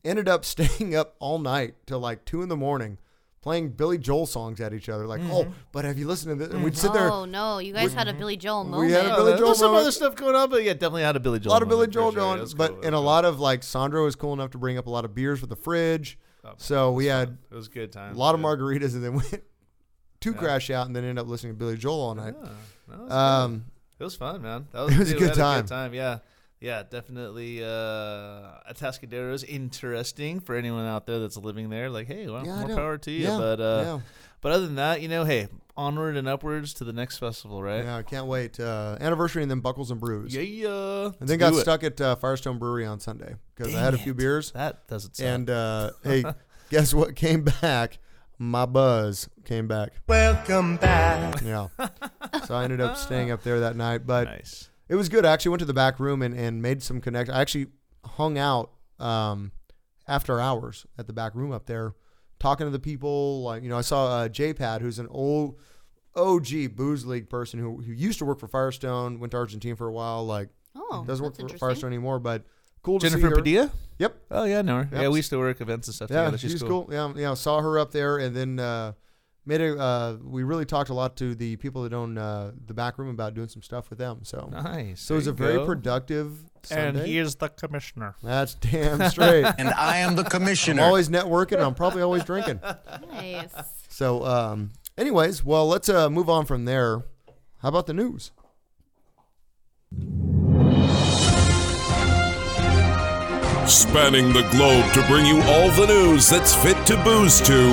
[SPEAKER 8] Ended up staying up all night till like two in the morning playing Billy Joel songs at each other. Like,
[SPEAKER 7] Mm-hmm.
[SPEAKER 8] oh, but have you listened to this? And we'd sit there.
[SPEAKER 9] Oh no, you guys had a Billy Joel moment.
[SPEAKER 8] We had a Billy Joel
[SPEAKER 7] There's some
[SPEAKER 8] moment.
[SPEAKER 7] other stuff going on, but yeah, definitely had a Billy Joel.
[SPEAKER 8] a lot of Billy
[SPEAKER 7] moment, for
[SPEAKER 8] Joel
[SPEAKER 7] sure.
[SPEAKER 8] going,
[SPEAKER 7] That's
[SPEAKER 8] but
[SPEAKER 7] cool.
[SPEAKER 8] and a lot of like Sandra was cool enough to bring up a lot of beers with the fridge. so we had
[SPEAKER 7] It was Oh, good times,
[SPEAKER 8] A lot of
[SPEAKER 7] dude.
[SPEAKER 8] margaritas, and then went to crash out, and then ended up listening to Billy Joel all night.
[SPEAKER 7] That was
[SPEAKER 8] um,
[SPEAKER 7] good. it was fun, man. That was,
[SPEAKER 8] it was a
[SPEAKER 7] dude, we
[SPEAKER 8] good
[SPEAKER 7] had
[SPEAKER 8] time.
[SPEAKER 7] time. Yeah, yeah, definitely. Uh, Atascadero is interesting for anyone out there that's living there. Like, hey, well,
[SPEAKER 8] Yeah, I
[SPEAKER 7] more
[SPEAKER 8] don't-
[SPEAKER 7] power to you.
[SPEAKER 8] yeah,
[SPEAKER 7] but uh,
[SPEAKER 8] yeah.
[SPEAKER 7] but other than that, you know, hey, onward and upwards to the next festival, right?
[SPEAKER 8] Yeah, I can't wait. Uh, anniversary and then Buckles and Brews.
[SPEAKER 7] Yeah, yeah.
[SPEAKER 8] And
[SPEAKER 7] Let's
[SPEAKER 8] then got
[SPEAKER 7] do it.
[SPEAKER 8] stuck at uh, Firestone Brewery on Sunday because I had a
[SPEAKER 7] Dang
[SPEAKER 8] few
[SPEAKER 7] it.
[SPEAKER 8] beers.
[SPEAKER 7] That doesn't suck.
[SPEAKER 8] And uh, hey, guess what came back? My buzz came back.
[SPEAKER 14] Welcome back.
[SPEAKER 8] Yeah. So I ended up staying up there that night, but it was good. I actually went to the back room and, and made some connect. I actually hung out um, after hours at the back room up there, talking to the people. Like you know, I saw uh, J-Pad, who's an old OG booze league person who who used to work for Firestone, went to Argentina for a while. Like
[SPEAKER 9] oh,
[SPEAKER 8] doesn't work for
[SPEAKER 9] that's interesting.
[SPEAKER 8] Firestone anymore, but cool to see
[SPEAKER 7] Jennifer
[SPEAKER 8] her.
[SPEAKER 7] Padilla.
[SPEAKER 8] Yep.
[SPEAKER 7] Oh yeah, I know her.
[SPEAKER 8] Yep.
[SPEAKER 7] Yeah, we used to work events and stuff
[SPEAKER 8] Yeah,
[SPEAKER 7] together.
[SPEAKER 8] she's, cool. Yeah, yeah. Saw her up there, and then uh, made a. Uh, we really talked a lot to the people that own uh, the back room about doing some stuff with them. So
[SPEAKER 7] Nice.
[SPEAKER 8] So it was a
[SPEAKER 7] There you
[SPEAKER 8] very
[SPEAKER 7] go.
[SPEAKER 8] productive.
[SPEAKER 7] And
[SPEAKER 8] Sunday.
[SPEAKER 7] he is the commissioner.
[SPEAKER 8] That's damn straight.
[SPEAKER 7] And I am the
[SPEAKER 8] I'm
[SPEAKER 7] commissioner.
[SPEAKER 8] always networking. and I'm probably always drinking.
[SPEAKER 9] Nice.
[SPEAKER 8] So, um, anyways, well, let's uh, move on from there. How about the news?
[SPEAKER 13] Spanning the globe to bring you all the news that's fit to booze to,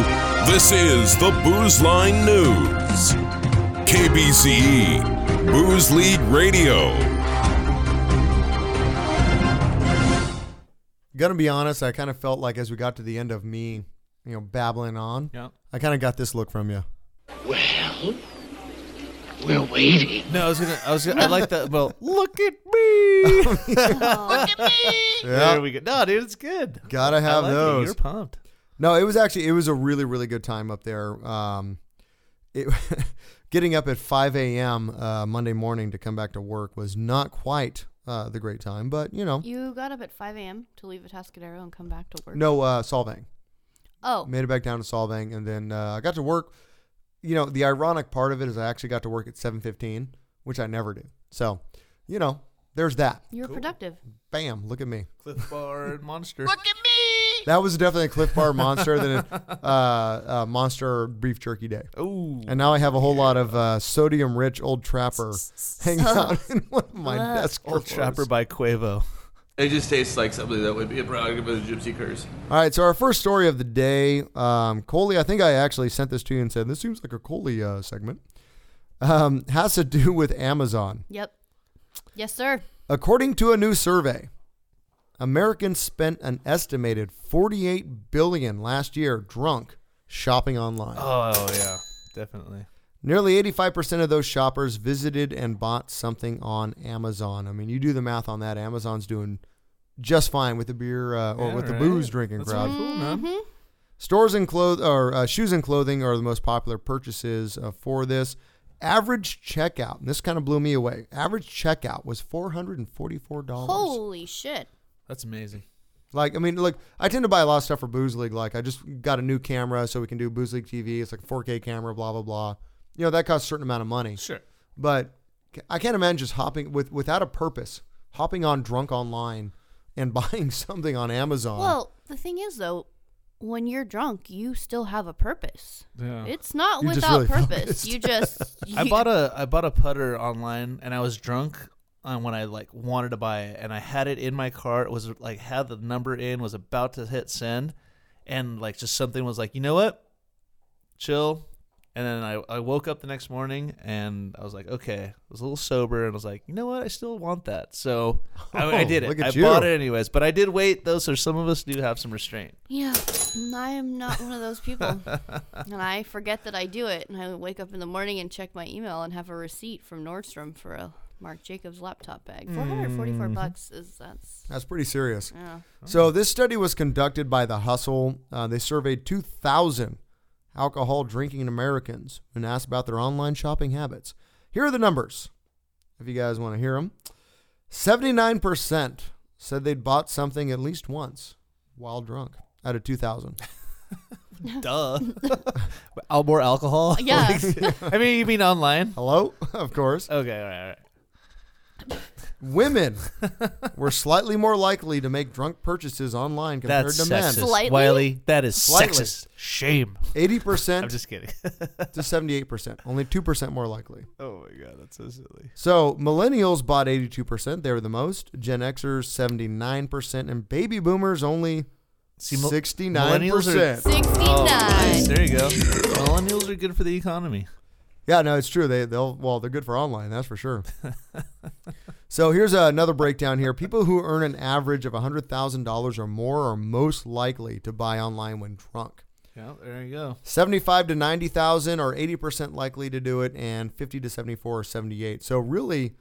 [SPEAKER 13] this is the Booze Line News. KBCE, E. Booze League Radio.
[SPEAKER 8] Gonna be honest, I kind of felt like as we got to the end of me, you know, babbling on,
[SPEAKER 7] Yeah.
[SPEAKER 8] I kind of got this look from you.
[SPEAKER 7] Well,
[SPEAKER 8] we're waiting.
[SPEAKER 7] No, I was gonna. I was. Gonna, I like that. Well, look at me. look at me. There we go. No, dude, it's good.
[SPEAKER 8] Gotta
[SPEAKER 7] I
[SPEAKER 8] have
[SPEAKER 7] like it.
[SPEAKER 8] those.
[SPEAKER 7] You're pumped.
[SPEAKER 8] No, it was actually it was a really really good time up there. Um, it getting up at 5 a.m. Uh, Monday morning to come back to work was not quite uh, the great time, but you know,
[SPEAKER 9] You got up at 5 a.m. to leave Atascadero and come back to work.
[SPEAKER 8] no uh, solving.
[SPEAKER 9] Oh.
[SPEAKER 8] made it back down to solving, and then uh, I got to work. You know, the ironic part of it is I actually got to work at 7:15, which I never do. So, you know, there's that.
[SPEAKER 9] You were productive.
[SPEAKER 8] Bam! Look at me.
[SPEAKER 7] Cliff Bar and Monster. Look at me.
[SPEAKER 8] That was definitely a Cliff Bar monster than a uh, uh, monster beef jerky day.
[SPEAKER 7] Ooh.
[SPEAKER 8] And now I have a whole lot of uh, sodium rich old trapper hanging out in one of my desk.
[SPEAKER 7] Old Trapper by Quavo.
[SPEAKER 15] It just tastes like something that would be a product of a gypsy curse.
[SPEAKER 8] All right, so our first story of the day, um, Coley. I think I actually sent this to you and said this seems like a Coley uh, segment. Um, has to do with Amazon.
[SPEAKER 9] Yep. Yes, sir.
[SPEAKER 8] According to a new survey, Americans spent an estimated 48 billion last year drunk shopping online.
[SPEAKER 7] Oh yeah, definitely.
[SPEAKER 8] Nearly 85% of those shoppers visited and bought something on Amazon. I mean, you do the math on that. Amazon's doing just fine with the beer uh, or
[SPEAKER 7] Yeah,
[SPEAKER 8] with
[SPEAKER 7] right.
[SPEAKER 8] the booze drinking
[SPEAKER 7] That's
[SPEAKER 8] crowd.
[SPEAKER 7] pretty cool, man.
[SPEAKER 8] Mm-hmm. Stores and clothes or uh, shoes and clothing are the most popular purchases uh, for this. Average checkout, and this kind of blew me away. Average checkout was $444.
[SPEAKER 9] Holy shit.
[SPEAKER 7] That's amazing.
[SPEAKER 8] Like, I mean, look, I tend to buy a lot of stuff for Booze League. Like, I just got a new camera so we can do Booze League TV. It's like a 4K camera, blah, blah, blah. You know, that costs a certain amount of money.
[SPEAKER 7] Sure.
[SPEAKER 8] But ca- I can't imagine just hopping with without a purpose, hopping on drunk online and buying something on Amazon.
[SPEAKER 9] Well, the thing is, though, when you're drunk, you still have a purpose.
[SPEAKER 7] Yeah.
[SPEAKER 9] It's not
[SPEAKER 8] You're just
[SPEAKER 9] without
[SPEAKER 8] really
[SPEAKER 9] purpose.
[SPEAKER 8] focused.
[SPEAKER 9] You just.
[SPEAKER 7] I
[SPEAKER 9] you-
[SPEAKER 7] bought a I bought a putter online and I was drunk on when I like wanted to buy it and I had it in my car. It was like had the number in, was about to hit send, and like just something was like, you know what? Chill. And then I, I woke up the next morning and I was like, okay, I was a little sober and I was like, you know what? I still want that. So I, I
[SPEAKER 8] Oh,
[SPEAKER 7] did
[SPEAKER 8] look
[SPEAKER 7] it.
[SPEAKER 8] at
[SPEAKER 7] I
[SPEAKER 8] you.
[SPEAKER 7] bought it anyways, but I did wait though. So some of us do have some restraint.
[SPEAKER 9] Yeah, I am not one of those people. and I forget that I do it, and I wake up in the morning and check my email and have a receipt from Nordstrom for a Marc Jacobs laptop bag. Four hundred forty-four
[SPEAKER 8] Mhm.
[SPEAKER 9] bucks is that's
[SPEAKER 8] That's pretty serious.
[SPEAKER 9] Yeah.
[SPEAKER 8] So this study was conducted by The Hustle. Uh, they surveyed 2,000 alcohol drinking Americans and asked about their online shopping habits. Here are the numbers, if you guys want to hear them. 79% said they'd bought something at least once while drunk out of 2,000.
[SPEAKER 7] Duh. Al- more alcohol?
[SPEAKER 9] Yeah.
[SPEAKER 7] I mean, you mean online?
[SPEAKER 8] Hello? Of course.
[SPEAKER 7] Okay, all right, all right.
[SPEAKER 8] Women were slightly more likely to make drunk purchases online compared
[SPEAKER 7] That's
[SPEAKER 8] to men.
[SPEAKER 7] sexist. Slightly? Wiley, that is sexist. Shame.
[SPEAKER 8] Eighty percent.
[SPEAKER 7] I'm just kidding.
[SPEAKER 8] to seventy-eight percent. Only two percent more likely.
[SPEAKER 7] Oh my god, that's so silly.
[SPEAKER 8] So millennials bought eighty-two percent. They were the most. Gen Xers seventy-nine percent, and baby boomers only
[SPEAKER 7] mil-
[SPEAKER 8] sixty-nine
[SPEAKER 7] millennials
[SPEAKER 8] percent.
[SPEAKER 7] are- 69. Oh, nice. There you go. Millennials are good for the economy.
[SPEAKER 8] Yeah, no, it's true. They they'll well, they're good for online, that's for sure. so here's another breakdown here. People who earn an average of hundred thousand dollars or more are most likely to buy online when drunk.
[SPEAKER 7] Yeah, there you go.
[SPEAKER 8] 75 to 90,000 are 80% likely to do it, and 50 to 74 or 78. So, really,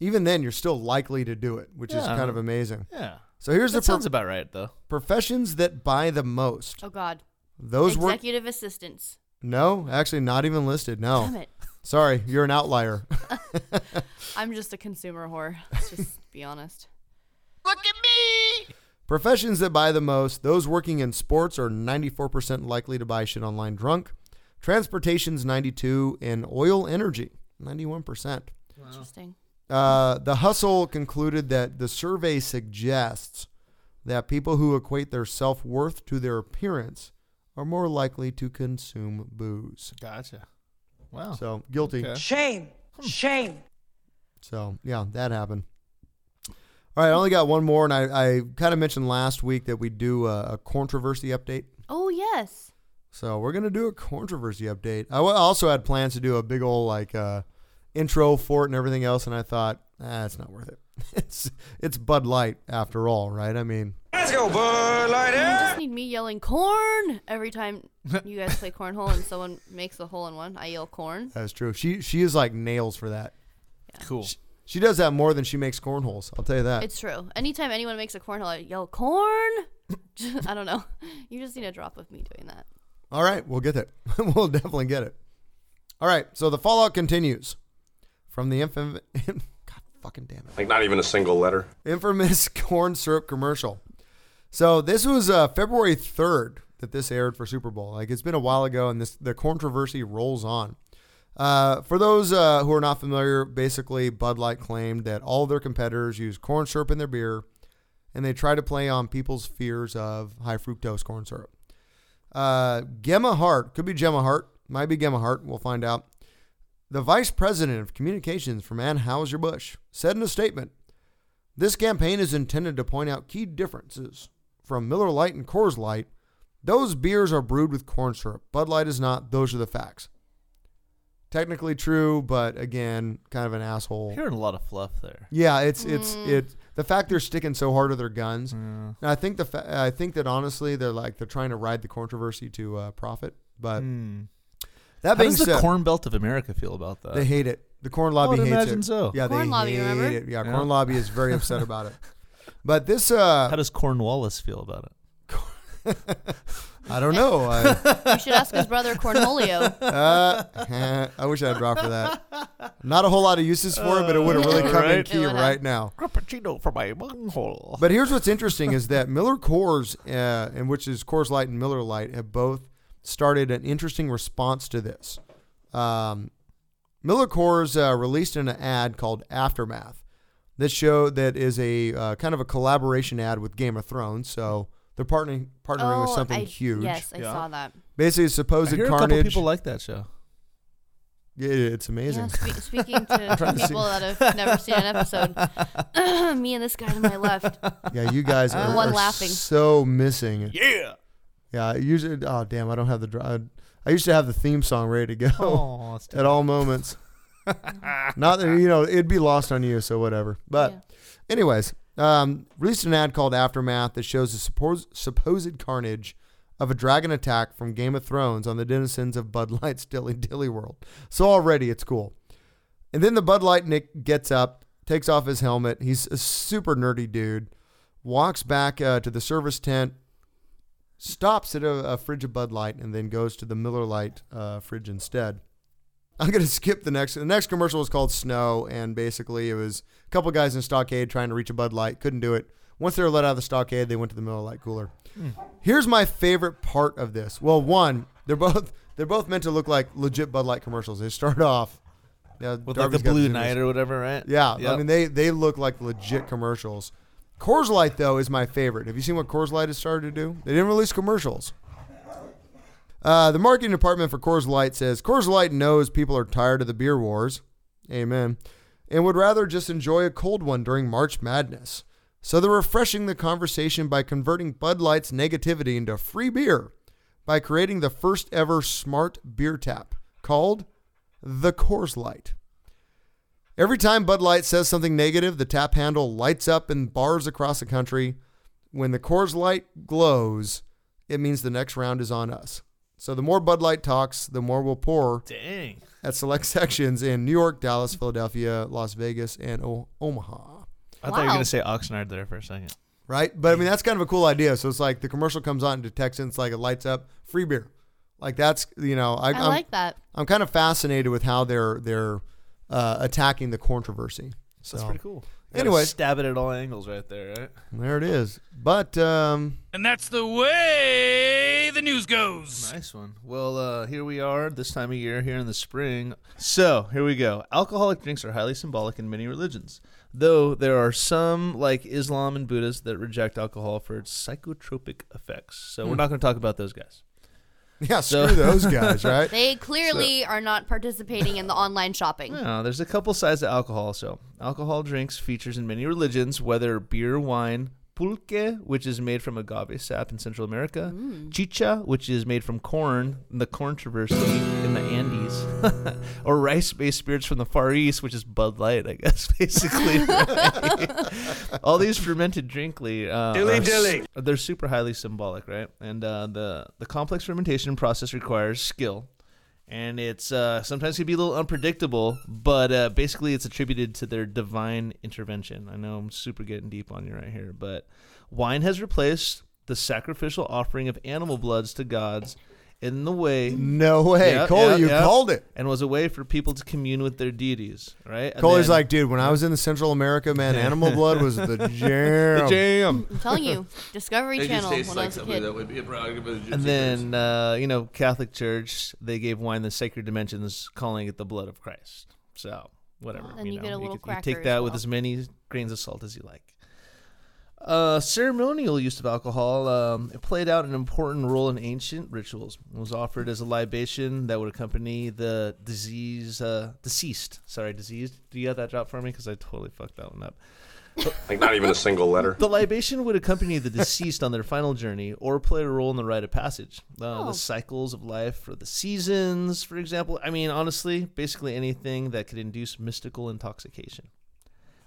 [SPEAKER 8] even then, you're still likely to do it, which is
[SPEAKER 7] Hmm. Yeah.
[SPEAKER 8] kind of amazing.
[SPEAKER 7] Yeah.
[SPEAKER 8] So, here's
[SPEAKER 7] That
[SPEAKER 8] the pro-
[SPEAKER 7] sounds about right, though.
[SPEAKER 8] professions that buy the most.
[SPEAKER 9] oh god.
[SPEAKER 8] Those were
[SPEAKER 9] executive assistants.
[SPEAKER 8] no, actually, not even listed. No.
[SPEAKER 9] Damn it.
[SPEAKER 8] Sorry, you're an outlier.
[SPEAKER 9] I'm just a consumer whore. Let's just be honest. Look at me.
[SPEAKER 8] Professions that buy the most, those working in sports are 94% likely to buy shit online drunk. Transportation's 92 and oil energy 91%.
[SPEAKER 9] Interesting.
[SPEAKER 8] Uh, the Hustle concluded that the survey suggests that people who equate their self worth to their appearance are more likely to consume booze.
[SPEAKER 7] Gotcha. Wow.
[SPEAKER 8] So guilty.
[SPEAKER 7] Okay.
[SPEAKER 16] Shame. Shame.
[SPEAKER 8] So yeah, that happened. All right, I only got one more, and I, I kind of mentioned last week that we do a, a controversy update.
[SPEAKER 9] Oh yes.
[SPEAKER 8] So we're gonna do a controversy update. I wa- also had plans to do a big old like uh, intro for it and everything else, and I thought, ah, it's not worth it. it's it's Bud Light after all, right? I mean,
[SPEAKER 9] Let's go, Bud Light. You just need me yelling corn every time you guys play cornhole and someone makes a hole in one. I yell corn.
[SPEAKER 8] that's true. She she is like nails for that.
[SPEAKER 7] Cool.
[SPEAKER 8] She, she does that more than she makes cornholes. I'll tell you that.
[SPEAKER 9] It's true. Anytime anyone makes a cornhole, I yell corn. I don't know. You just need a drop of me doing that.
[SPEAKER 8] All right, we'll get it. we'll definitely get it. All right, so the fallout continues from the infam- fucking damn
[SPEAKER 10] Like not even a single letter.
[SPEAKER 8] infamous corn syrup commercial. So this was uh, February 3rd that this aired for Super Bowl. Like it's been a while ago, and this the controversy rolls on. Uh, for those uh, who are not familiar, basically Bud Light claimed that all their competitors use corn syrup in their beer, and they try to play on people's fears of high fructose corn syrup. Uh, Gemma Hart could be Gemma Hart, might be Gemma Hart. We'll find out. The vice president of communications for Anheuser Busch said in a statement, "This campaign is intended to point out key differences from Miller Lite and Coors Light. Those beers are brewed with corn syrup. Bud Light is not. Those are the facts." Technically true, but again, kind of an asshole.
[SPEAKER 7] Hearing a lot of fluff there.
[SPEAKER 8] Yeah, it's it's
[SPEAKER 7] Mm.
[SPEAKER 8] it. The fact they're sticking so hard to their guns, and I think the fa- I think that honestly they're like they're trying to ride the controversy to uh, profit. But
[SPEAKER 7] Hmm. How
[SPEAKER 8] that being
[SPEAKER 7] does the
[SPEAKER 8] said,
[SPEAKER 7] Corn Belt of America feel about that?
[SPEAKER 8] they hate it. The corn lobby
[SPEAKER 7] I would
[SPEAKER 8] hates
[SPEAKER 7] imagine
[SPEAKER 8] it.
[SPEAKER 7] so.
[SPEAKER 8] Yeah,
[SPEAKER 7] Corn
[SPEAKER 8] they
[SPEAKER 7] lobby,
[SPEAKER 8] hate
[SPEAKER 7] remember?
[SPEAKER 8] it. Yeah,
[SPEAKER 7] Yeah.
[SPEAKER 8] corn lobby is very upset about it. But this, uh,
[SPEAKER 7] How does Cornwallis feel about it?
[SPEAKER 8] I don't know. I,
[SPEAKER 9] You should ask his brother Cornholio.
[SPEAKER 8] Uh, I wish I had a drop for that. Not a whole lot of uses for it, but it would have really
[SPEAKER 7] Uh,
[SPEAKER 8] come in
[SPEAKER 7] right.
[SPEAKER 8] key right now.
[SPEAKER 7] Frappuccino for my bunghole.
[SPEAKER 8] But here's what's interesting is that Miller Coors, uh, and which is Coors Light and Miller Light, have both started an interesting response to this. Um, Miller Coors uh, released an ad called Aftermath. This show that is a uh, kind of a collaboration ad with Game of Thrones, so they're partnering partnering with
[SPEAKER 9] Oh,
[SPEAKER 8] something
[SPEAKER 9] I-
[SPEAKER 8] huge.
[SPEAKER 9] yes, I Yeah. saw that.
[SPEAKER 8] Basically, supposed
[SPEAKER 7] I hear A
[SPEAKER 8] carnage.
[SPEAKER 7] couple people like that show.
[SPEAKER 8] Yeah, it's amazing.
[SPEAKER 9] Yeah, spe- speaking
[SPEAKER 8] I'm trying
[SPEAKER 9] to
[SPEAKER 8] see-
[SPEAKER 9] people that have never seen an episode, me and this guy to my left.
[SPEAKER 8] Yeah, you guys
[SPEAKER 9] The
[SPEAKER 8] are,
[SPEAKER 9] one
[SPEAKER 8] are
[SPEAKER 9] laughing.
[SPEAKER 8] so missing.
[SPEAKER 7] Yeah.
[SPEAKER 8] Yeah, I usually. Oh damn, I don't have the. dr- I, I used to have the theme song ready to go
[SPEAKER 7] Oh, that's too
[SPEAKER 8] at all moments. Not that you know it'd be lost on you, so whatever. But, anyways, um, released an ad called "Aftermath" that shows the supposed supposed carnage of a dragon attack from Game of Thrones on the denizens of Bud Light's Dilly Dilly World. So already it's cool. And then the Bud Light Nick gets up, takes off his helmet. He's a super nerdy dude. Walks back uh, to the service tent, stops at a, a fridge of Bud Light, and then goes to the Miller Light uh, fridge instead. I'm gonna skip the next. The next commercial was called "Snow," and basically it was a couple guys in a stockade trying to reach a Bud Light, couldn't do it. Once they were let out of the stockade, they went to the Miller Light cooler.
[SPEAKER 7] Hmm.
[SPEAKER 8] Here's my favorite part of this. Well, one, they're both they're both meant to look like legit Bud Light commercials. They start off yeah,
[SPEAKER 7] With, like, the
[SPEAKER 8] Darby's got
[SPEAKER 7] Blue
[SPEAKER 8] zoomies.
[SPEAKER 7] Knight or whatever, right?
[SPEAKER 8] Yeah, I
[SPEAKER 7] Yep.
[SPEAKER 8] mean they they look like legit commercials. Coors Light though is my favorite. Have you seen what Coors Light has started to do? They didn't release commercials. Uh, the marketing department for Coors Light says Coors Light knows people are tired of the beer wars, amen, and would rather just enjoy a cold one during March Madness. So they're refreshing the conversation by converting Bud Light's negativity into free beer by creating the first ever smart beer tap called the Coors Light. Every time Bud Light says something negative, the tap handle lights up in bars across the country. When the Coors Light glows, it means the next round is on us. So the more Bud Light talks, the more we'll pour
[SPEAKER 7] Dang.
[SPEAKER 8] at select sections in New York, Dallas, Philadelphia, Las Vegas, and o- Omaha.
[SPEAKER 7] I thought you were gonna say Oxnard there for a second.
[SPEAKER 8] Right? But I mean, that's kind of a cool idea. So it's like the commercial comes on and detects it, it's like it lights up free beer. Like that's, you know, I,
[SPEAKER 9] I,
[SPEAKER 7] um,
[SPEAKER 8] I'm-
[SPEAKER 9] like that.
[SPEAKER 8] I'm kind of fascinated with how they're they're uh, attacking the controversy. So
[SPEAKER 7] That's pretty cool.
[SPEAKER 8] Anyways,
[SPEAKER 7] stab it at all angles right there, right?
[SPEAKER 8] there it is. But um,
[SPEAKER 16] And that's the way the news goes.
[SPEAKER 7] Nice one. Well, uh, here we are this time of year here in the spring. So here we go. Alcoholic drinks are highly symbolic in many religions, though there are some like Islam and Buddhists that reject alcohol for its psychotropic effects. So we're
[SPEAKER 8] Hmm.
[SPEAKER 7] not going to talk about those guys.
[SPEAKER 8] Yeah, screw those guys, right?
[SPEAKER 9] They clearly are not participating in the online shopping.
[SPEAKER 7] No, there's a couple sides to alcohol. So, alcohol drinks features in many religions, whether beer, wine, pulque, which is made from agave sap in Central America, chicha, which is made from corn, in the controversy in the Andes, or rice-based spirits from the Far East, which is Bud Light, I guess, basically. right? All these fermented drinkly, uh,
[SPEAKER 16] Dilly
[SPEAKER 7] are s-
[SPEAKER 16] dilly.
[SPEAKER 7] they're super highly symbolic, right? And uh, the the complex fermentation process requires skill and it's uh, sometimes can be a little unpredictable, but uh, basically it's attributed to their divine intervention. I know I'm super getting deep on you right here, but wine has replaced the sacrificial offering of animal bloods to gods in the way.
[SPEAKER 8] No way. Cole, you called it.
[SPEAKER 7] and was a way for people to commune with their deities, right? And
[SPEAKER 8] Coley's
[SPEAKER 7] then-
[SPEAKER 8] like, dude, when I was in the Central America, man, animal blood was the jam.
[SPEAKER 7] The jam.
[SPEAKER 9] I'm telling you, Discovery
[SPEAKER 15] It just
[SPEAKER 9] Channel when
[SPEAKER 15] tastes
[SPEAKER 9] I
[SPEAKER 15] like
[SPEAKER 9] was a
[SPEAKER 15] something
[SPEAKER 9] kid.
[SPEAKER 15] that would be a prerogative of the
[SPEAKER 7] And
[SPEAKER 15] gypsy
[SPEAKER 7] then, uh, you know, Catholic Church, they gave wine the sacred dimensions, calling it the blood of Christ. So, whatever.
[SPEAKER 9] Then you
[SPEAKER 7] know,
[SPEAKER 9] get a little
[SPEAKER 7] could- you
[SPEAKER 9] cracker
[SPEAKER 7] take
[SPEAKER 9] as
[SPEAKER 7] that with
[SPEAKER 9] well.
[SPEAKER 7] as many grains of salt as you like. Uh, ceremonial use of alcohol um, it played out an important role in ancient rituals. It was offered as a libation that would accompany the disease uh, deceased. Sorry, diseased. Do you have that drop for me? Because I totally fucked that one up.
[SPEAKER 10] Like not even a single letter.
[SPEAKER 7] The libation would accompany the deceased on their final journey or play a role in the rite of passage. Uh,
[SPEAKER 10] Oh.
[SPEAKER 7] The cycles of life for the seasons, for example. I mean, honestly, basically anything that could induce mystical intoxication.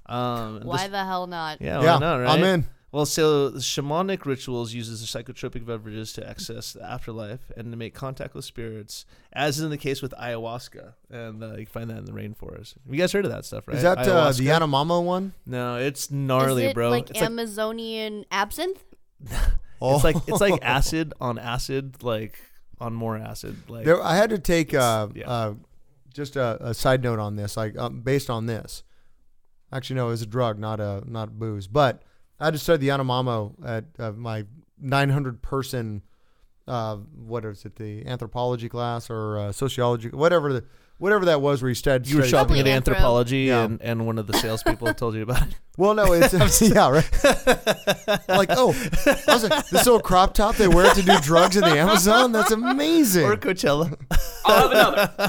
[SPEAKER 7] Um, and
[SPEAKER 9] Why
[SPEAKER 7] this-
[SPEAKER 9] the hell not?
[SPEAKER 7] Yeah,
[SPEAKER 8] Yeah,
[SPEAKER 7] why not, right?
[SPEAKER 8] I'm in.
[SPEAKER 7] Well, so the shamanic rituals uses the psychotropic beverages to access the afterlife and to make contact with spirits, as is the case with ayahuasca, and uh, you can find that in the rainforest. You guys heard of that stuff, right?
[SPEAKER 8] Is that uh, the
[SPEAKER 7] Ayahuasca?
[SPEAKER 8] Yanomama one?
[SPEAKER 7] No, it's
[SPEAKER 9] Is
[SPEAKER 7] gnarly,
[SPEAKER 9] it
[SPEAKER 7] bro.
[SPEAKER 9] like
[SPEAKER 7] it's like
[SPEAKER 9] Amazonian absinthe?
[SPEAKER 7] It's like it's like acid on acid, like on more acid. Like
[SPEAKER 8] There, I had to take uh, uh, just a, a side note on this, like um, based on this. Actually, no, it was a drug, not a not booze. But I had to study the Yanomamo at uh, my 900 person, uh, what is it, the anthropology class or uh, sociology, whatever the, whatever that was, where you studied.
[SPEAKER 7] you were
[SPEAKER 8] studied-
[SPEAKER 7] shopping at anthropology, and, and one of the salespeople told you about it.
[SPEAKER 8] Well, no, it's yeah, right. like, oh, I was like, this little crop top they wear to do drugs in the Amazon. That's amazing. Or
[SPEAKER 7] Coachella.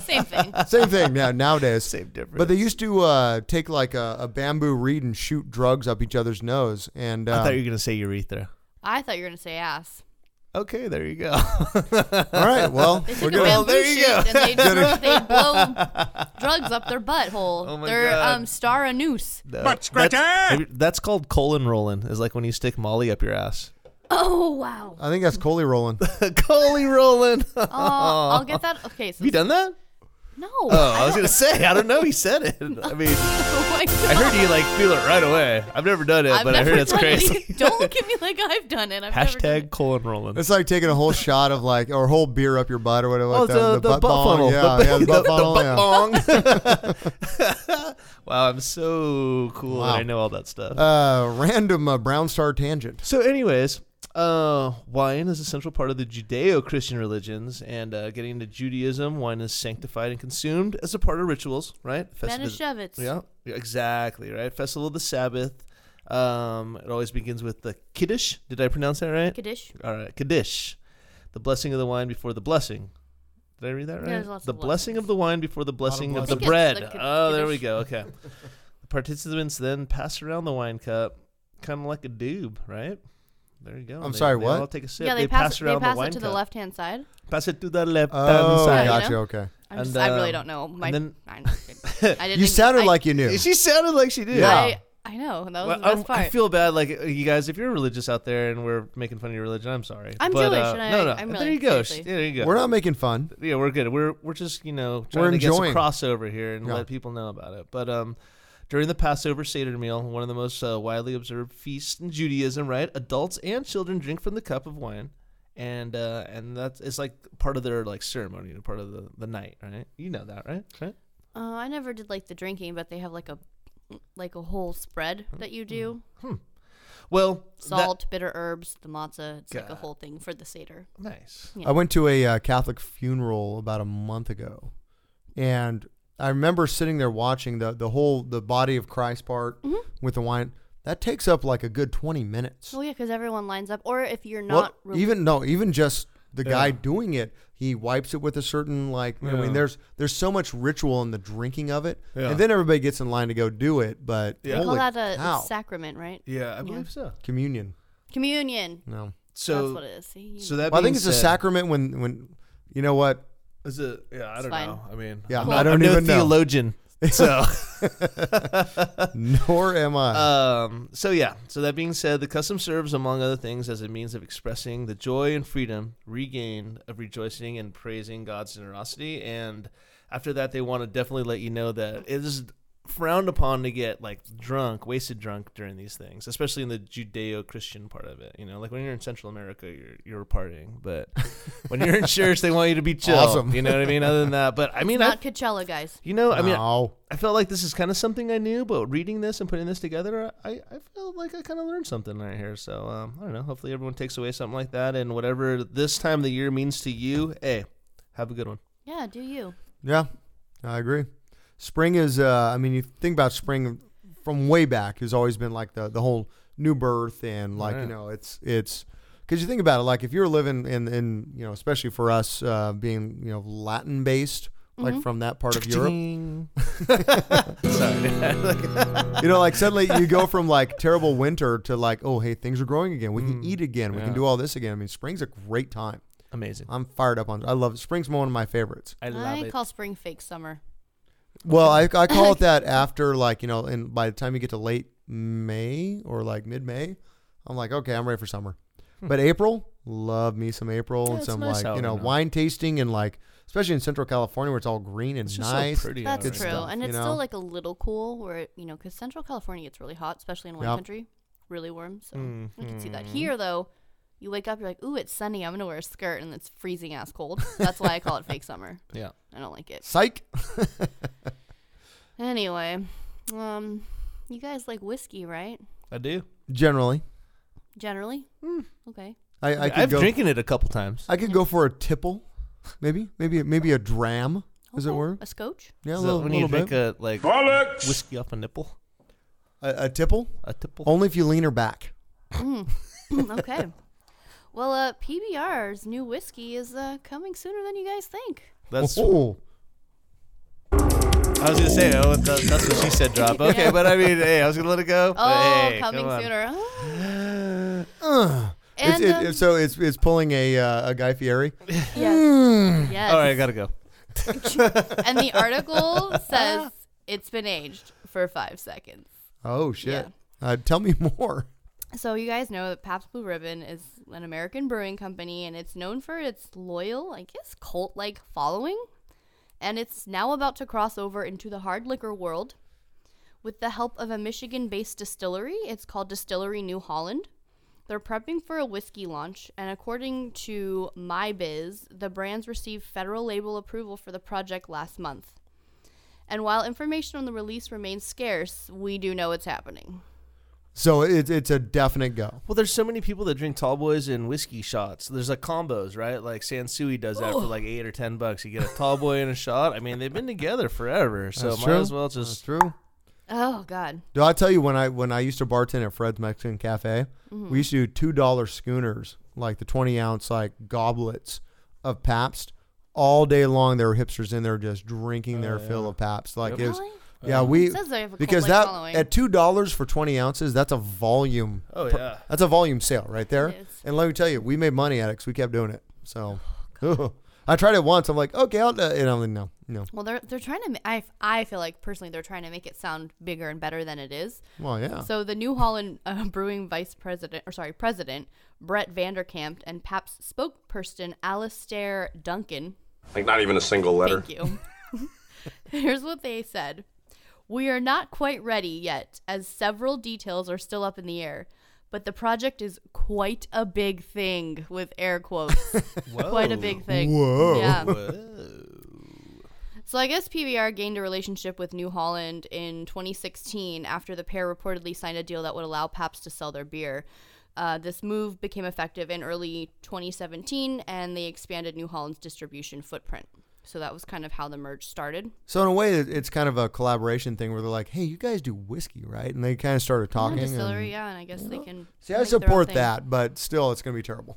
[SPEAKER 9] Same thing.
[SPEAKER 8] Same thing. Yeah, nowadays. Same
[SPEAKER 7] difference.
[SPEAKER 8] But they used to uh, take like a, a bamboo reed and shoot drugs up each other's nose. And
[SPEAKER 7] I
[SPEAKER 8] um,
[SPEAKER 7] thought you were gonna say urethra.
[SPEAKER 9] I thought you were gonna say ass.
[SPEAKER 7] Okay, there you go. All
[SPEAKER 8] right, well,
[SPEAKER 9] They
[SPEAKER 8] we're
[SPEAKER 9] took a
[SPEAKER 8] good.
[SPEAKER 9] bamboo
[SPEAKER 8] there
[SPEAKER 9] shoot
[SPEAKER 8] you go.
[SPEAKER 9] and they, dro- they blow drugs up their butthole.
[SPEAKER 7] Oh my
[SPEAKER 9] their
[SPEAKER 7] God.
[SPEAKER 9] um star anus.
[SPEAKER 7] That's, have you- that's called colon rolling. Is like when you stick Molly up your ass.
[SPEAKER 9] Oh wow.
[SPEAKER 8] I think that's Coley rolling.
[SPEAKER 7] Coley rolling.
[SPEAKER 9] Oh, I'll get that. Okay, so
[SPEAKER 7] Have you done that?
[SPEAKER 9] No.
[SPEAKER 7] Oh, I, was gonna say. I don't know. He said it. I mean,
[SPEAKER 9] Oh my God.
[SPEAKER 7] I heard you like feel it right away. I've never done it,
[SPEAKER 9] I've
[SPEAKER 7] but I heard
[SPEAKER 9] never
[SPEAKER 7] it's
[SPEAKER 9] done
[SPEAKER 7] crazy.
[SPEAKER 9] any- Don't look at me like I've done it. I've never done it.
[SPEAKER 7] colon rolling.
[SPEAKER 8] It's like taking a whole shot of like or a whole beer up your butt or whatever.
[SPEAKER 7] Oh,
[SPEAKER 8] like that,
[SPEAKER 7] the- the butt
[SPEAKER 8] bong.
[SPEAKER 7] funnel.
[SPEAKER 8] Yeah,
[SPEAKER 7] The-
[SPEAKER 8] yeah, the
[SPEAKER 7] the- the
[SPEAKER 8] butt funnel.
[SPEAKER 7] butt
[SPEAKER 8] yeah.
[SPEAKER 7] Wow, I'm so cool.
[SPEAKER 8] Wow.
[SPEAKER 7] That I know all that stuff.
[SPEAKER 8] Uh, random uh, brown star tangent.
[SPEAKER 7] So, anyways, uh, wine is a central part of the Judeo-Christian religions, and uh, getting into Judaism, wine is sanctified and consumed as a part of rituals, right?
[SPEAKER 9] Manischewitz.
[SPEAKER 7] Yeah, exactly. Right, festival of the Sabbath. Um, it always begins with the kiddush. Did I pronounce that right?
[SPEAKER 9] Kiddush.
[SPEAKER 7] All right, kiddush, the blessing of the wine before the blessing. Did I read that right?
[SPEAKER 9] There's lots
[SPEAKER 7] the
[SPEAKER 9] of
[SPEAKER 7] blessing of the wine before the blessing of the
[SPEAKER 9] blessings.
[SPEAKER 7] bread.
[SPEAKER 9] I think it's the ki-
[SPEAKER 7] oh, there we
[SPEAKER 9] kiddush.
[SPEAKER 7] go. Okay. the participants then pass around the wine cup, kind of like a dube, right? There you go.
[SPEAKER 8] I'm
[SPEAKER 7] They-
[SPEAKER 8] sorry,
[SPEAKER 7] they
[SPEAKER 8] what?
[SPEAKER 7] all take a sip.
[SPEAKER 9] Yeah, they,
[SPEAKER 7] pass, around
[SPEAKER 9] they pass
[SPEAKER 7] the wine
[SPEAKER 9] it to
[SPEAKER 7] cup.
[SPEAKER 9] the left hand side.
[SPEAKER 7] Pass it to the left
[SPEAKER 8] Oh,
[SPEAKER 7] hand side.
[SPEAKER 8] gotcha, okay.
[SPEAKER 9] I'm just- I really
[SPEAKER 7] um,
[SPEAKER 9] don't know. My,
[SPEAKER 7] and
[SPEAKER 9] I,
[SPEAKER 7] then-
[SPEAKER 9] I didn't.
[SPEAKER 8] You
[SPEAKER 9] think-
[SPEAKER 8] sounded
[SPEAKER 9] I-
[SPEAKER 8] like you knew.
[SPEAKER 7] She sounded like she did.
[SPEAKER 9] I, I know. That was
[SPEAKER 7] Well,
[SPEAKER 9] the
[SPEAKER 7] I'm-
[SPEAKER 9] best part.
[SPEAKER 7] I feel bad, like uh, you guys. If you're religious out there and we're making fun of your religion, I'm sorry.
[SPEAKER 9] I'm
[SPEAKER 7] but,
[SPEAKER 9] Jewish
[SPEAKER 7] uh,
[SPEAKER 9] and I-
[SPEAKER 7] no, no.
[SPEAKER 9] I'm
[SPEAKER 7] there
[SPEAKER 9] really-
[SPEAKER 7] you go.
[SPEAKER 9] seriously.
[SPEAKER 7] Yeah, there you go.
[SPEAKER 8] We're not making fun.
[SPEAKER 7] Yeah, we're good. We're we're just you know trying
[SPEAKER 8] We're
[SPEAKER 7] to get some
[SPEAKER 8] enjoying.
[SPEAKER 7] crossover here and
[SPEAKER 8] Yeah.
[SPEAKER 7] let people know about it. But um, during the Passover Seder meal, one of the most uh, widely observed feasts in Judaism, right? Adults and children drink from the cup of wine, and uh, and that's it's like part of their like ceremony and part of the the night, right? You know that, right? Right.
[SPEAKER 9] Uh, I never did like the drinking, but they have like a like a whole spread that you
[SPEAKER 7] Mm.
[SPEAKER 9] do.
[SPEAKER 7] Well,
[SPEAKER 9] Salt, bitter herbs, the matzah. It's like a
[SPEAKER 7] God.
[SPEAKER 9] whole thing for the seder.
[SPEAKER 7] Nice.
[SPEAKER 8] I went to a uh, Catholic funeral about a month ago, and I remember sitting there watching the the whole the body of Christ part
[SPEAKER 9] Mm-hmm.
[SPEAKER 8] with the wine. That takes up like a good twenty minutes.
[SPEAKER 9] Oh yeah, because everyone lines up. Or if you're
[SPEAKER 8] Well,
[SPEAKER 9] not, re-
[SPEAKER 8] even no, even just the
[SPEAKER 7] Yeah.
[SPEAKER 8] guy doing it, he wipes it with a certain like. I
[SPEAKER 7] Yeah.
[SPEAKER 8] mean, there's there's so much ritual in the drinking of it,
[SPEAKER 7] Yeah.
[SPEAKER 8] and then everybody gets in line to go do it. But
[SPEAKER 9] They call
[SPEAKER 8] holy
[SPEAKER 9] that a
[SPEAKER 8] cow.
[SPEAKER 9] sacrament, right?
[SPEAKER 8] Communion.
[SPEAKER 9] Communion.
[SPEAKER 8] No.
[SPEAKER 7] So-
[SPEAKER 9] that's what it is. See?
[SPEAKER 7] so that
[SPEAKER 8] Well, I
[SPEAKER 7] being
[SPEAKER 8] think it's a
[SPEAKER 7] said-
[SPEAKER 8] sacrament when when you know what.
[SPEAKER 7] Is it? Yeah, I
[SPEAKER 9] It's
[SPEAKER 7] don't
[SPEAKER 9] fine.
[SPEAKER 7] know. I mean,
[SPEAKER 8] Yeah,
[SPEAKER 7] I'm
[SPEAKER 8] I
[SPEAKER 7] not,
[SPEAKER 8] don't
[SPEAKER 7] I'm
[SPEAKER 8] even
[SPEAKER 7] no
[SPEAKER 8] know.
[SPEAKER 7] theologian, so
[SPEAKER 8] Nor am I.
[SPEAKER 7] Um, so yeah. So that being said, the custom serves, among other things, as a means of expressing the joy and freedom regained of rejoicing and praising God's generosity. And after that, they want to definitely let you know that it is frowned upon to get like drunk, wasted drunk during these things, especially in the Judeo-Christian part of it. You know, like when you're in Central America, you're you're partying, but when you're in church, they want you to be chill.
[SPEAKER 8] Awesome.
[SPEAKER 7] You know what I mean? Other than that, but I mean, I,
[SPEAKER 9] not Coachella, guys.
[SPEAKER 7] you know, I mean,
[SPEAKER 8] No.
[SPEAKER 7] I felt like this is kind of something I knew, but reading this and putting this together, I, I felt like I kind of learned something right here. So um, I don't know. Hopefully, everyone takes away something like that, and whatever this time of the year means to you, hey, have a good one.
[SPEAKER 9] Yeah, do you?
[SPEAKER 8] Yeah, I agree. Spring is, uh, I mean, you think about spring from way back has always been like the, the whole new birth and like, you
[SPEAKER 7] Right.
[SPEAKER 8] know, it's, it's, because you think about it, like if you're living in, in you know, especially for us uh, being, you know, Latin based, like
[SPEAKER 7] Mhm.
[SPEAKER 8] from that part of Europe,
[SPEAKER 7] Ching. Sorry.
[SPEAKER 8] you know, like suddenly you go from like terrible winter to like, oh, hey, things are growing again. We can eat again. We
[SPEAKER 7] yeah.
[SPEAKER 8] can do all this again. I mean, spring's a great time.
[SPEAKER 7] Amazing.
[SPEAKER 8] I'm fired up on. I love it. Spring's one of my favorites.
[SPEAKER 7] I love
[SPEAKER 9] I
[SPEAKER 7] it.
[SPEAKER 9] call spring fake summer.
[SPEAKER 8] Well, I, I call it that after like you know, and by the time you get to late May or like mid May, I'm like, okay, I'm ready for summer. But April, love me some April
[SPEAKER 7] Yeah,
[SPEAKER 8] and
[SPEAKER 7] it's
[SPEAKER 8] some
[SPEAKER 7] Hmm. nice out
[SPEAKER 8] like you
[SPEAKER 7] right
[SPEAKER 8] know
[SPEAKER 7] now.
[SPEAKER 8] wine tasting and like especially in Central California where it's all green and
[SPEAKER 7] It's just so
[SPEAKER 8] nice.
[SPEAKER 7] pretty out
[SPEAKER 9] That's
[SPEAKER 7] Good
[SPEAKER 9] true,
[SPEAKER 7] stuff,
[SPEAKER 9] and
[SPEAKER 8] you
[SPEAKER 9] it's
[SPEAKER 8] know?
[SPEAKER 9] still like a little cool, where it, you know, because Central California gets really hot, especially in wine
[SPEAKER 8] Yep.
[SPEAKER 9] country, really warm. So I can see that
[SPEAKER 8] Mm-hmm.
[SPEAKER 7] Mhm.
[SPEAKER 9] here, though. You wake up, you're like, "Ooh, it's sunny. I'm gonna wear a skirt," and it's freezing ass cold. That's why I call it fake summer.
[SPEAKER 7] Yeah.
[SPEAKER 9] I don't like it.
[SPEAKER 8] Psych.
[SPEAKER 9] Anyway, um, you guys like whiskey, right?
[SPEAKER 7] I do.
[SPEAKER 8] Generally,
[SPEAKER 9] Generally.
[SPEAKER 8] Mm.
[SPEAKER 9] Okay.
[SPEAKER 8] I, I could
[SPEAKER 7] I've
[SPEAKER 8] go,
[SPEAKER 7] drinking it a couple times.
[SPEAKER 8] I could go for a tipple, maybe, maybe, maybe a dram, as it
[SPEAKER 9] Okay.
[SPEAKER 8] were.
[SPEAKER 9] A scotch.
[SPEAKER 8] Yeah, a
[SPEAKER 7] Is that
[SPEAKER 8] little,
[SPEAKER 7] when
[SPEAKER 8] little
[SPEAKER 7] you drink
[SPEAKER 8] bit.
[SPEAKER 7] a like
[SPEAKER 8] Bollocks!
[SPEAKER 7] whiskey off a nipple,
[SPEAKER 8] A, a tipple,
[SPEAKER 7] a tipple.
[SPEAKER 8] only if you lean her back.
[SPEAKER 9] Mm. okay. Well, uh, PBR's new whiskey is uh, coming sooner than you guys think.
[SPEAKER 7] That's
[SPEAKER 8] Oh,
[SPEAKER 7] I was gonna say oh, that, that's what she said. Drop. Okay,
[SPEAKER 9] Yeah.
[SPEAKER 7] but I mean, hey, I was gonna let it go. but
[SPEAKER 9] Oh,
[SPEAKER 7] hey,
[SPEAKER 9] coming
[SPEAKER 7] come on.
[SPEAKER 9] sooner.
[SPEAKER 8] Ugh. Uh, It's-
[SPEAKER 9] And,
[SPEAKER 8] it-
[SPEAKER 9] um,
[SPEAKER 8] so it's it's pulling a uh, a Guy Fieri.
[SPEAKER 9] Yes. yes.
[SPEAKER 7] All right, I gotta go.
[SPEAKER 9] and the article says it's been aged for five seconds.
[SPEAKER 8] Oh shit! Uh, tell me more.
[SPEAKER 9] So you guys know that Pabst Blue Ribbon is an American brewing company, and it's known for its loyal, I guess, cult-like following. And it's now about to cross over into the hard liquor world with the help of a Michigan-based distillery. It's called Distillery New Holland. They're prepping for a whiskey launch, and according to MyBiz, the brands received federal label approval for the project last month. And while information on the release remains scarce, we do know it's happening.
[SPEAKER 8] So it's it's a definite go.
[SPEAKER 7] Well, there's so many people that drink tall boys and whiskey shots. There's like combos, right? Like Sansui does that for like eight or ten bucks. You get a tall boy and a shot. I mean, they've been together forever, so
[SPEAKER 8] That's
[SPEAKER 7] might
[SPEAKER 8] true.
[SPEAKER 7] as well just.
[SPEAKER 8] That's true.
[SPEAKER 9] Oh, God.
[SPEAKER 8] Do I tell you when I when I used to bartend at Fred's Mexican Cafe,
[SPEAKER 9] Mhm.
[SPEAKER 8] we used to do two dollar schooners, like the twenty ounce like goblets of Pabst, all day long. There were hipsters in there just drinking
[SPEAKER 7] Oh,
[SPEAKER 8] their fill of Pabst. Like
[SPEAKER 7] Yep.
[SPEAKER 8] it was,
[SPEAKER 9] Really?
[SPEAKER 8] yeah,
[SPEAKER 7] Yeah.
[SPEAKER 8] we
[SPEAKER 9] It says they have a
[SPEAKER 8] because
[SPEAKER 9] cult-like
[SPEAKER 8] that
[SPEAKER 9] following.
[SPEAKER 8] at two dollars for twenty ounces, that's a volume.
[SPEAKER 7] Oh, yeah.
[SPEAKER 8] that's a volume sale right there.
[SPEAKER 9] It is.
[SPEAKER 8] And let me tell you, we made money at it 'cause we kept doing it. So,
[SPEAKER 9] Oh,
[SPEAKER 8] I tried it once. I'm like, okay, I'll do it. And I'm like, no, no.
[SPEAKER 9] Well, they're they're trying to. ma- I I feel like personally they're trying to make it sound bigger and better than it is.
[SPEAKER 8] Well, yeah.
[SPEAKER 9] So the New Holland uh, Brewing Vice President, or sorry, President Brett Vanderkamp and Pabst spokesperson Alistair Duncan.
[SPEAKER 10] Like not even a single letter.
[SPEAKER 9] Thank you. Here's what they said. We are not quite ready yet, as several details are still up in the air. But the project is quite a big thing, with air quotes. quite a big thing.
[SPEAKER 8] Whoa.
[SPEAKER 9] Yeah. So I guess PBR gained a relationship with New Holland in 2016 after the pair reportedly signed a deal that would allow Pabst to sell their beer. Uh, this move became effective in early 2017, and they expanded New Holland's distribution footprint. So that was kind of how the merge started.
[SPEAKER 8] So in a way, it- it's kind of a collaboration thing where they're like, hey, you guys do whiskey, right? And they kind of started talking.
[SPEAKER 9] distillery,
[SPEAKER 8] and-
[SPEAKER 9] yeah, and I guess they can.
[SPEAKER 8] See, I
[SPEAKER 9] make their own
[SPEAKER 8] support
[SPEAKER 9] thing.
[SPEAKER 8] that, but still, it's going to be terrible.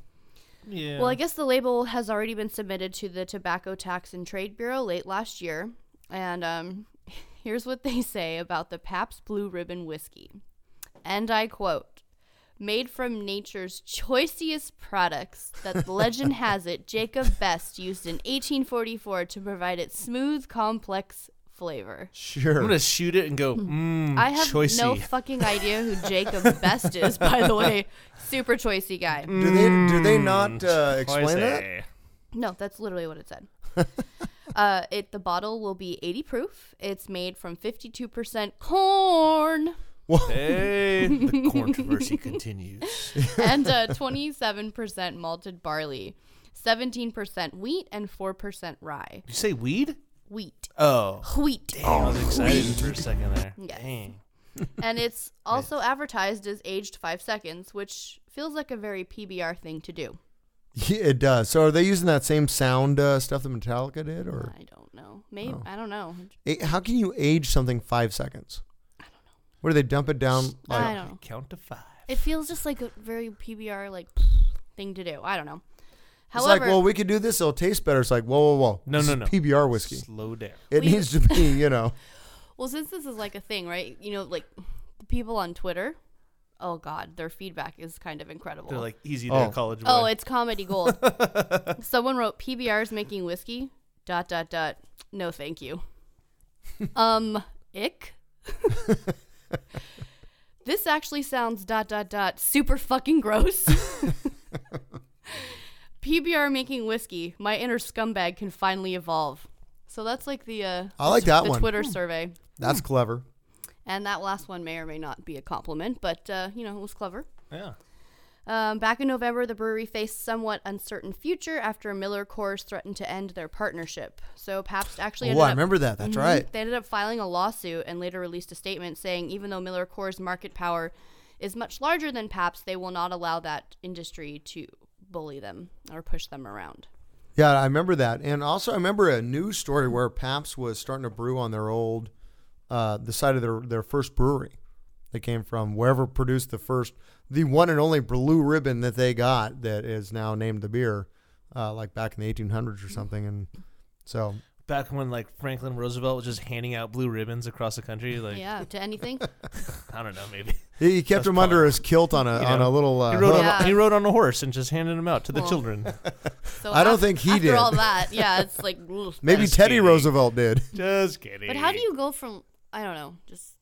[SPEAKER 7] Yeah.
[SPEAKER 9] Well, I guess the label has already been submitted to the Tobacco Tax and Trade Bureau late last year. And um, here's what they say about the Pabst Blue Ribbon whiskey. And I quote Made from nature's choicest products that the legend has it Jacob Best used in 1844 to provide its smooth, complex flavor.
[SPEAKER 7] I'm gonna shoot it and go.
[SPEAKER 9] Hmm.
[SPEAKER 7] Mm,
[SPEAKER 9] I have
[SPEAKER 7] choicy.
[SPEAKER 9] no fucking idea who Jacob Best is, by the way. Super choicey guy.
[SPEAKER 8] Do they do
[SPEAKER 7] Mm.
[SPEAKER 8] they not uh, explain that?
[SPEAKER 9] No, that's literally what it said. uh, it the bottle will be 80 proof. It's made from 52% corn
[SPEAKER 7] Hey, the controversy continues.
[SPEAKER 9] and uh, 27% malted barley, 17% wheat, and 4% rye.
[SPEAKER 7] You say weed?
[SPEAKER 9] Wheat.
[SPEAKER 7] Oh.
[SPEAKER 9] Wheat.
[SPEAKER 7] Damn, I was excited
[SPEAKER 9] Wheat.
[SPEAKER 7] for a second there.
[SPEAKER 9] Yes.
[SPEAKER 7] Dang.
[SPEAKER 9] and it's also advertised as aged five seconds, which feels like a very PBR thing to do.
[SPEAKER 8] Yeah, it does. So are they using that same sound uh, stuff that Metallica did, or
[SPEAKER 9] I don't know. Maybe
[SPEAKER 8] Oh.
[SPEAKER 9] I don't know.
[SPEAKER 8] Eh, how can you age something five seconds? I don't know. What do they dump it down? Like,
[SPEAKER 9] I don't know.
[SPEAKER 7] Count to five.
[SPEAKER 9] It feels just like a very PBR like thing to do. I don't know.
[SPEAKER 8] It's
[SPEAKER 9] However,
[SPEAKER 8] like, well, we could do this. It'll taste better. It's like, whoa, whoa, whoa.
[SPEAKER 7] No,
[SPEAKER 8] This
[SPEAKER 7] no,
[SPEAKER 8] is
[SPEAKER 7] no.
[SPEAKER 8] PBR whiskey.
[SPEAKER 7] Slow down.
[SPEAKER 8] It
[SPEAKER 9] We-
[SPEAKER 8] needs to be, you know.
[SPEAKER 9] Well, since this is like a thing, right? You know, like the people on Twitter. Oh God, their feedback is kind of incredible.
[SPEAKER 7] They're like, easy there, Oh. college boy.
[SPEAKER 9] Oh, it's comedy gold. Someone wrote PBR's making whiskey. Dot dot dot. No, thank you. um, ick. this actually sounds dot dot dot super fucking gross. PBR making whiskey. My inner scumbag can finally evolve. So that's like the uh,
[SPEAKER 8] I like
[SPEAKER 9] the
[SPEAKER 8] that
[SPEAKER 9] the
[SPEAKER 8] one.
[SPEAKER 9] Twitter
[SPEAKER 8] Hmm.
[SPEAKER 9] survey.
[SPEAKER 8] That's clever.
[SPEAKER 9] And that last one may or may not be a compliment, but uh, you know, it was clever.
[SPEAKER 7] Yeah.
[SPEAKER 9] Um, back in November, the brewery faced somewhat uncertain future after Miller Coors threatened to end their partnership. So Pabst actually.
[SPEAKER 8] Oh,
[SPEAKER 9] ended
[SPEAKER 8] I
[SPEAKER 9] up-
[SPEAKER 8] remember that. That's
[SPEAKER 9] Mhm.
[SPEAKER 8] right.
[SPEAKER 9] They ended up filing a lawsuit and later released a statement saying, even though Miller Coors' market power is much larger than Pabst, they will not allow that industry to bully them or push them around.
[SPEAKER 8] Yeah, I remember that. And also, I remember a news story where Pabst was starting to brew on their old, uh, the site of their, their first brewery that came from wherever produced the first, the one and only blue ribbon that they got that is now named the beer, uh, like back in the 1800s or something. And so,
[SPEAKER 7] Back when like Franklin Roosevelt was just handing out blue ribbons across the country, like
[SPEAKER 9] yeah, to anything.
[SPEAKER 7] I don't know, maybe.
[SPEAKER 8] He, he kept him under his kilt on a
[SPEAKER 7] you
[SPEAKER 8] on
[SPEAKER 7] know,
[SPEAKER 8] a little. Uh,
[SPEAKER 7] he, rode on,
[SPEAKER 9] Yeah.
[SPEAKER 7] he rode on a horse and just handed them out to the
[SPEAKER 9] Well,
[SPEAKER 7] children.
[SPEAKER 9] So
[SPEAKER 8] I don't
[SPEAKER 9] af-
[SPEAKER 8] think he
[SPEAKER 9] after
[SPEAKER 8] did.
[SPEAKER 9] all that, yeah, it's like oof,
[SPEAKER 8] Maybe
[SPEAKER 9] that's-
[SPEAKER 8] Teddy Roosevelt did.
[SPEAKER 7] Just kidding.
[SPEAKER 9] But how do you go from I don't know, just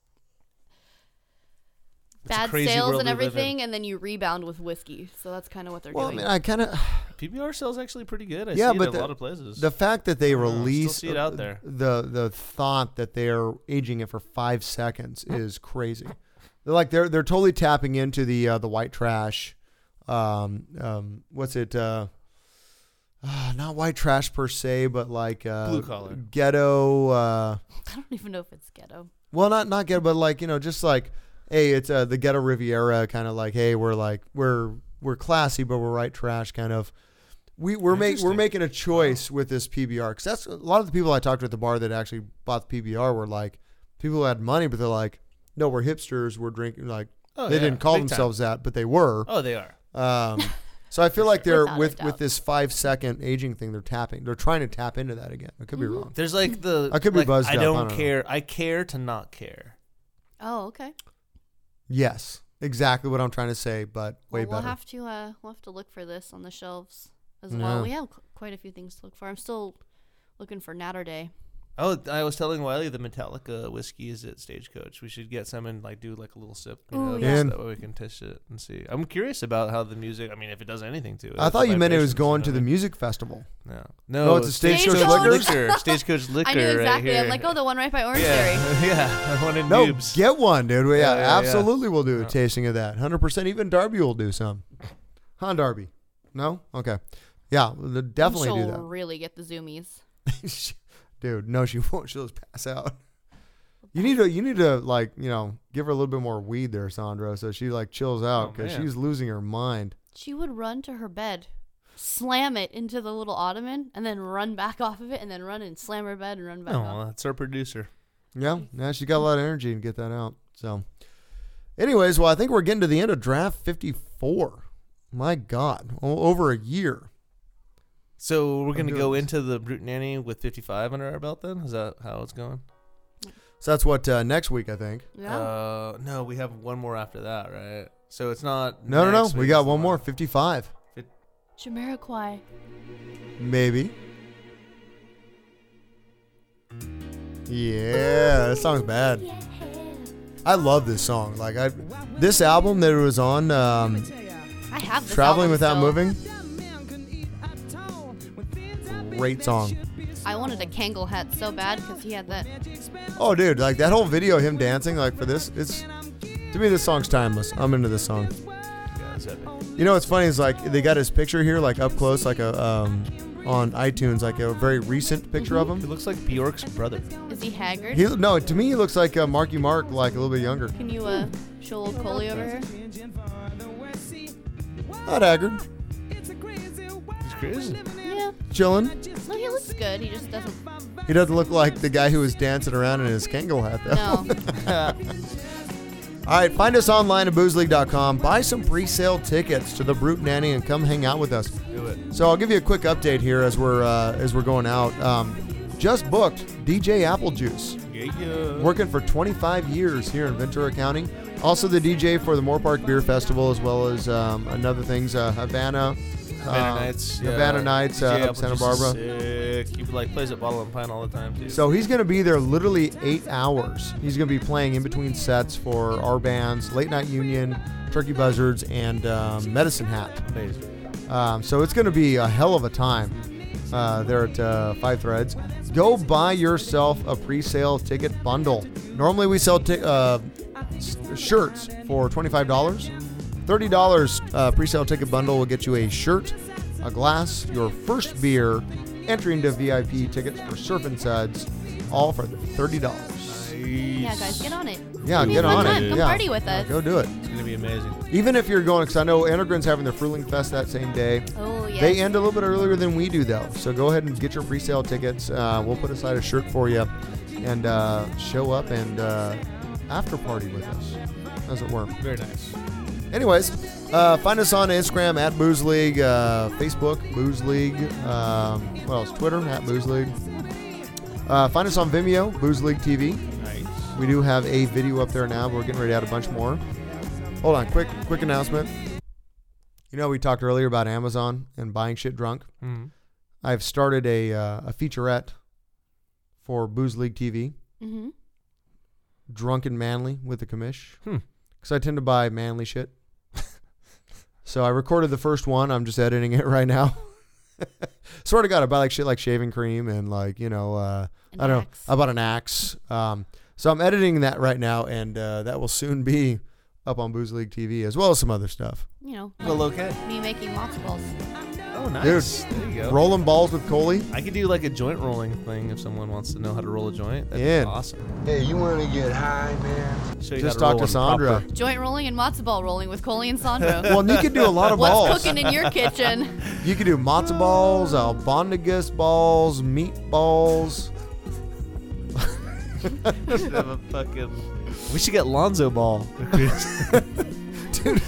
[SPEAKER 7] It's a
[SPEAKER 9] bad
[SPEAKER 7] crazy
[SPEAKER 9] sales
[SPEAKER 7] world
[SPEAKER 9] and
[SPEAKER 7] we live in.
[SPEAKER 9] everything, and then you rebound with whiskey? So that's kind of what they're
[SPEAKER 8] Well, I
[SPEAKER 9] doing.
[SPEAKER 8] mean, I kind of.
[SPEAKER 7] PBR sells actually pretty good. I
[SPEAKER 8] yeah,
[SPEAKER 7] see
[SPEAKER 8] but
[SPEAKER 7] it
[SPEAKER 8] the,
[SPEAKER 7] a lot of places.
[SPEAKER 8] the fact that
[SPEAKER 7] I
[SPEAKER 8] they
[SPEAKER 7] don't know, still
[SPEAKER 8] release uh,
[SPEAKER 7] see it out there.
[SPEAKER 8] the the thought that they're aging it for five seconds is crazy. They're like they're they're totally tapping into the uh, the white trash. Um, um, what's it? Uh, uh, not white trash per se, but like uh,
[SPEAKER 7] Blue collar.
[SPEAKER 8] ghetto. Uh,
[SPEAKER 9] I don't even know if it's ghetto.
[SPEAKER 8] well, not not ghetto, but like you know, just like hey, it's uh, the ghetto Riviera kind of like hey, we're like we're we're classy, but we're right trash kind of. We we're make, we're
[SPEAKER 7] Interesting.
[SPEAKER 8] making a choice with this PBR because that's a lot of the people I talked to at the bar that actually bought the PBR were like people who had money, but they're like, no, we're hipsters. We're drinking like
[SPEAKER 7] Oh,
[SPEAKER 8] they
[SPEAKER 7] yeah,
[SPEAKER 8] didn't call
[SPEAKER 7] big time.
[SPEAKER 8] themselves that, but they were.
[SPEAKER 7] Oh, they are.
[SPEAKER 8] Um, so I feel like they're
[SPEAKER 7] Without a
[SPEAKER 8] with
[SPEAKER 7] doubt.
[SPEAKER 8] with this five second aging thing. They're tapping. They're trying to tap into that again. I could
[SPEAKER 7] Mm-hmm.
[SPEAKER 8] be wrong.
[SPEAKER 7] There's like the
[SPEAKER 8] I could be
[SPEAKER 7] like,
[SPEAKER 8] buzzed.
[SPEAKER 7] I
[SPEAKER 8] up.
[SPEAKER 7] don't,
[SPEAKER 8] know.
[SPEAKER 7] care. I care to not care.
[SPEAKER 9] Oh, okay.
[SPEAKER 8] Yes, exactly what I'm trying to say, but way
[SPEAKER 9] well, we'll
[SPEAKER 8] better.
[SPEAKER 9] have to uh, we'll have to look for this on the shelves as well.
[SPEAKER 8] Yeah.
[SPEAKER 9] We have qu- quite a few things to look for. I'm still looking for Natter Day.
[SPEAKER 7] Oh, I was telling Wiley the Metallica whiskey is at Stagecoach. We should get some and like do like a little sip. You
[SPEAKER 9] Ooh,
[SPEAKER 7] know,
[SPEAKER 8] yeah.
[SPEAKER 7] just that way we can test it and see. I'm curious about how the music. I mean, if it does anything to it.
[SPEAKER 8] I thought you meant it
[SPEAKER 7] vibrations,
[SPEAKER 8] was
[SPEAKER 7] you
[SPEAKER 8] going
[SPEAKER 7] know
[SPEAKER 8] to
[SPEAKER 7] what I
[SPEAKER 8] the
[SPEAKER 7] mean?
[SPEAKER 8] music festival.
[SPEAKER 7] No.
[SPEAKER 8] no, it's a
[SPEAKER 7] Stagecoach
[SPEAKER 8] stagecoach liquors.
[SPEAKER 7] liquor. Stagecoach liquor.
[SPEAKER 9] I knew
[SPEAKER 7] right
[SPEAKER 9] exactly. I'm
[SPEAKER 7] here.
[SPEAKER 9] like, oh, the one right by Orange Theory.
[SPEAKER 7] yeah. yeah, I wanted
[SPEAKER 8] No,
[SPEAKER 7] noobs.
[SPEAKER 8] get one, dude. We,
[SPEAKER 7] Yeah,
[SPEAKER 8] yeah,
[SPEAKER 7] yeah, yeah.
[SPEAKER 8] absolutely, we'll do a
[SPEAKER 7] Yeah.
[SPEAKER 8] tasting of that. Hundred percent. Even Darby will do some. Huh, Darby? No. Okay. Yeah, we'll definitely
[SPEAKER 9] She'll
[SPEAKER 8] do that,
[SPEAKER 9] really get the zoomies.
[SPEAKER 8] dude. No, she won't. She'll just pass out. You need to, you need to, like, you know, give her a little bit more weed there, Sandra, so she like chills out because
[SPEAKER 7] Oh, man.
[SPEAKER 8] she's losing her mind.
[SPEAKER 9] She would run to her bed, slam it into the little ottoman, and then run back off of it, and then run and slam her bed and run back off.
[SPEAKER 7] Oh, that's our producer.
[SPEAKER 8] Yeah, yeah, she's got a lot of energy and get that out. So, anyways, well, I think we're getting to the end of draft 54. My God, o- over a year.
[SPEAKER 7] So we're
[SPEAKER 8] I'm
[SPEAKER 7] gonna
[SPEAKER 8] doing
[SPEAKER 7] go
[SPEAKER 8] this.
[SPEAKER 7] into the Brute Nanny with 55 under our belt. Then is that how it's going?
[SPEAKER 8] So that's what uh, next week, I think.
[SPEAKER 7] Yeah. Uh, no, we have one more after that, right? So it's not.
[SPEAKER 8] No, no,
[SPEAKER 7] next
[SPEAKER 8] no. We
[SPEAKER 7] week,
[SPEAKER 8] got
[SPEAKER 7] it's
[SPEAKER 8] one
[SPEAKER 7] the
[SPEAKER 8] more. Fifty-five,
[SPEAKER 9] Jamiroquai.
[SPEAKER 8] maybe. Yeah, that song's bad. I love this song. Like I, this album that it was on, um,
[SPEAKER 9] I have this
[SPEAKER 8] traveling without
[SPEAKER 9] album still.
[SPEAKER 8] moving. Great song.
[SPEAKER 9] I wanted a Kangol hat so bad because he had that.
[SPEAKER 8] Oh, dude, like that whole video of him dancing, like for this, it's to me this song's timeless. I'm into this song. You know what's funny is like they got his picture here, like up close, like a um, on iTunes, like a very recent picture of him. He
[SPEAKER 7] looks like Bjork's brother.
[SPEAKER 9] Is he haggard?
[SPEAKER 8] He no, to me he looks like uh, Marky Mark, like a little bit younger.
[SPEAKER 9] Can you uh, show old Coley over here?
[SPEAKER 8] Not haggard,
[SPEAKER 7] He's crazy.
[SPEAKER 9] Yeah.
[SPEAKER 8] chilling.
[SPEAKER 9] No, he looks good. He just doesn't.
[SPEAKER 8] He doesn't look like the guy who was dancing around in his Kangol hat, though. All right, find us online at boozeleague.com. Buy some pre-sale tickets to the Brute Nanny and come hang out with us.
[SPEAKER 7] Do it.
[SPEAKER 8] So I'll give you a quick update here as we're uh, as we're going out. Um, just booked DJ Apple Juice. Working for 25 years here in Ventura County. Also the DJ for the Moore Park Beer Festival, as well as um, another things uh, Havana,
[SPEAKER 7] Havana
[SPEAKER 8] uh,
[SPEAKER 7] Nights.
[SPEAKER 8] Havana
[SPEAKER 7] yeah.
[SPEAKER 8] Nights,
[SPEAKER 7] DJ
[SPEAKER 8] uh,
[SPEAKER 7] Apple
[SPEAKER 8] up Santa
[SPEAKER 7] Juice is
[SPEAKER 8] Barbara.
[SPEAKER 7] Sick. He like plays at Bottle and Pine all the time too.
[SPEAKER 8] So he's going to be there literally eight hours. He's going to be playing in between sets for our bands, Late Night Union, Turkey Buzzards, and um, Medicine Hat.
[SPEAKER 7] Amazing.
[SPEAKER 8] Um, so it's going to be a hell of a time uh, there at uh, Five Threads. Go buy yourself a pre-sale ticket bundle. Normally we sell ti- uh, s- shirts for twenty-five dollars. Thirty dollars uh, pre-sale ticket bundle will get you a shirt, a glass, your first beer, entry into VIP tickets for Surf and Suds, all for thirty dollars.
[SPEAKER 9] Yeah, guys, get on it.
[SPEAKER 8] Yeah,
[SPEAKER 9] It'll be a
[SPEAKER 8] get
[SPEAKER 9] fun
[SPEAKER 8] on
[SPEAKER 9] time.
[SPEAKER 8] it.
[SPEAKER 9] Come
[SPEAKER 8] yeah.
[SPEAKER 9] party with
[SPEAKER 8] Yeah,
[SPEAKER 9] us.
[SPEAKER 8] Go do it.
[SPEAKER 7] It's gonna be amazing.
[SPEAKER 8] Even if you're going, because I know Energrin's having their Fruling Fest that same day.
[SPEAKER 9] Oh, yes.
[SPEAKER 8] They end a little bit earlier than we do, though. So go ahead and get your pre-sale tickets. Uh, we'll put aside a shirt for you, and uh, show up and uh, after party with us, as it were.
[SPEAKER 7] Very nice.
[SPEAKER 8] Anyways, uh, find us on Instagram at Booze League, uh, Facebook Booze League. Um, what else? Twitter at Booze League. Uh, find us on Vimeo, Booze League TV. Nice. We do have a video up there now, but we're getting ready to add a bunch more. Hold on, quick, quick announcement. You know, we talked earlier about Amazon and buying shit drunk.
[SPEAKER 7] Mhm.
[SPEAKER 8] I've started a uh, a featurette for Booze League TV,
[SPEAKER 9] Mm-hmm.
[SPEAKER 8] drunk and manly with the commish,
[SPEAKER 7] Hmm.
[SPEAKER 8] because I tend to buy manly shit. so I recorded the first one. I'm just editing it right now. sort of got I buy like shit like shaving cream and like you know uh, I don't know I bought an axe. Um, so I'm editing that right now, and uh, that will soon be up on Booze League TV as well as some other stuff.
[SPEAKER 9] You know.
[SPEAKER 7] Well, okay.
[SPEAKER 9] Me making matzo balls.
[SPEAKER 7] Oh, nice.
[SPEAKER 8] Dude,
[SPEAKER 7] there you go.
[SPEAKER 8] rolling balls with Coley.
[SPEAKER 7] I could do like a joint rolling thing if someone wants to know how to roll a joint. That'd
[SPEAKER 8] Yeah.
[SPEAKER 7] be awesome.
[SPEAKER 11] Hey, you want to get high, man?
[SPEAKER 7] Show you
[SPEAKER 8] Just
[SPEAKER 7] how
[SPEAKER 8] talk to
[SPEAKER 7] roll one
[SPEAKER 8] Sandra.
[SPEAKER 7] proper.
[SPEAKER 9] Joint rolling and matzo ball rolling with Coley and Sandro.
[SPEAKER 8] well, and you could do a lot of
[SPEAKER 9] What's
[SPEAKER 8] balls.
[SPEAKER 9] cooking in your kitchen?
[SPEAKER 8] You could do matzo balls, albondigas balls, meatballs.
[SPEAKER 7] Should have a fucking. We should get Lonzo Ball. Dude.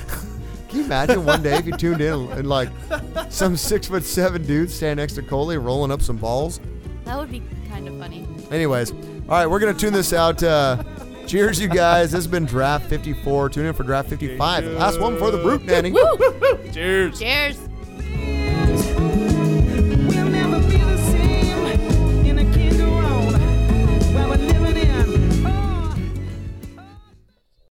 [SPEAKER 8] Can you imagine one day if you tuned in and like some six foot seven dude stand next to Coley rolling up some balls?
[SPEAKER 9] That would be kind of funny.
[SPEAKER 8] Anyways, all right, we're gonna tune this out. Uh, cheers, you guys. This has been Draft 54. Tune in for Draft 55, the last one for the Brute Nanny.
[SPEAKER 9] Woo!
[SPEAKER 7] Cheers.
[SPEAKER 9] Cheers.
[SPEAKER 16] oh.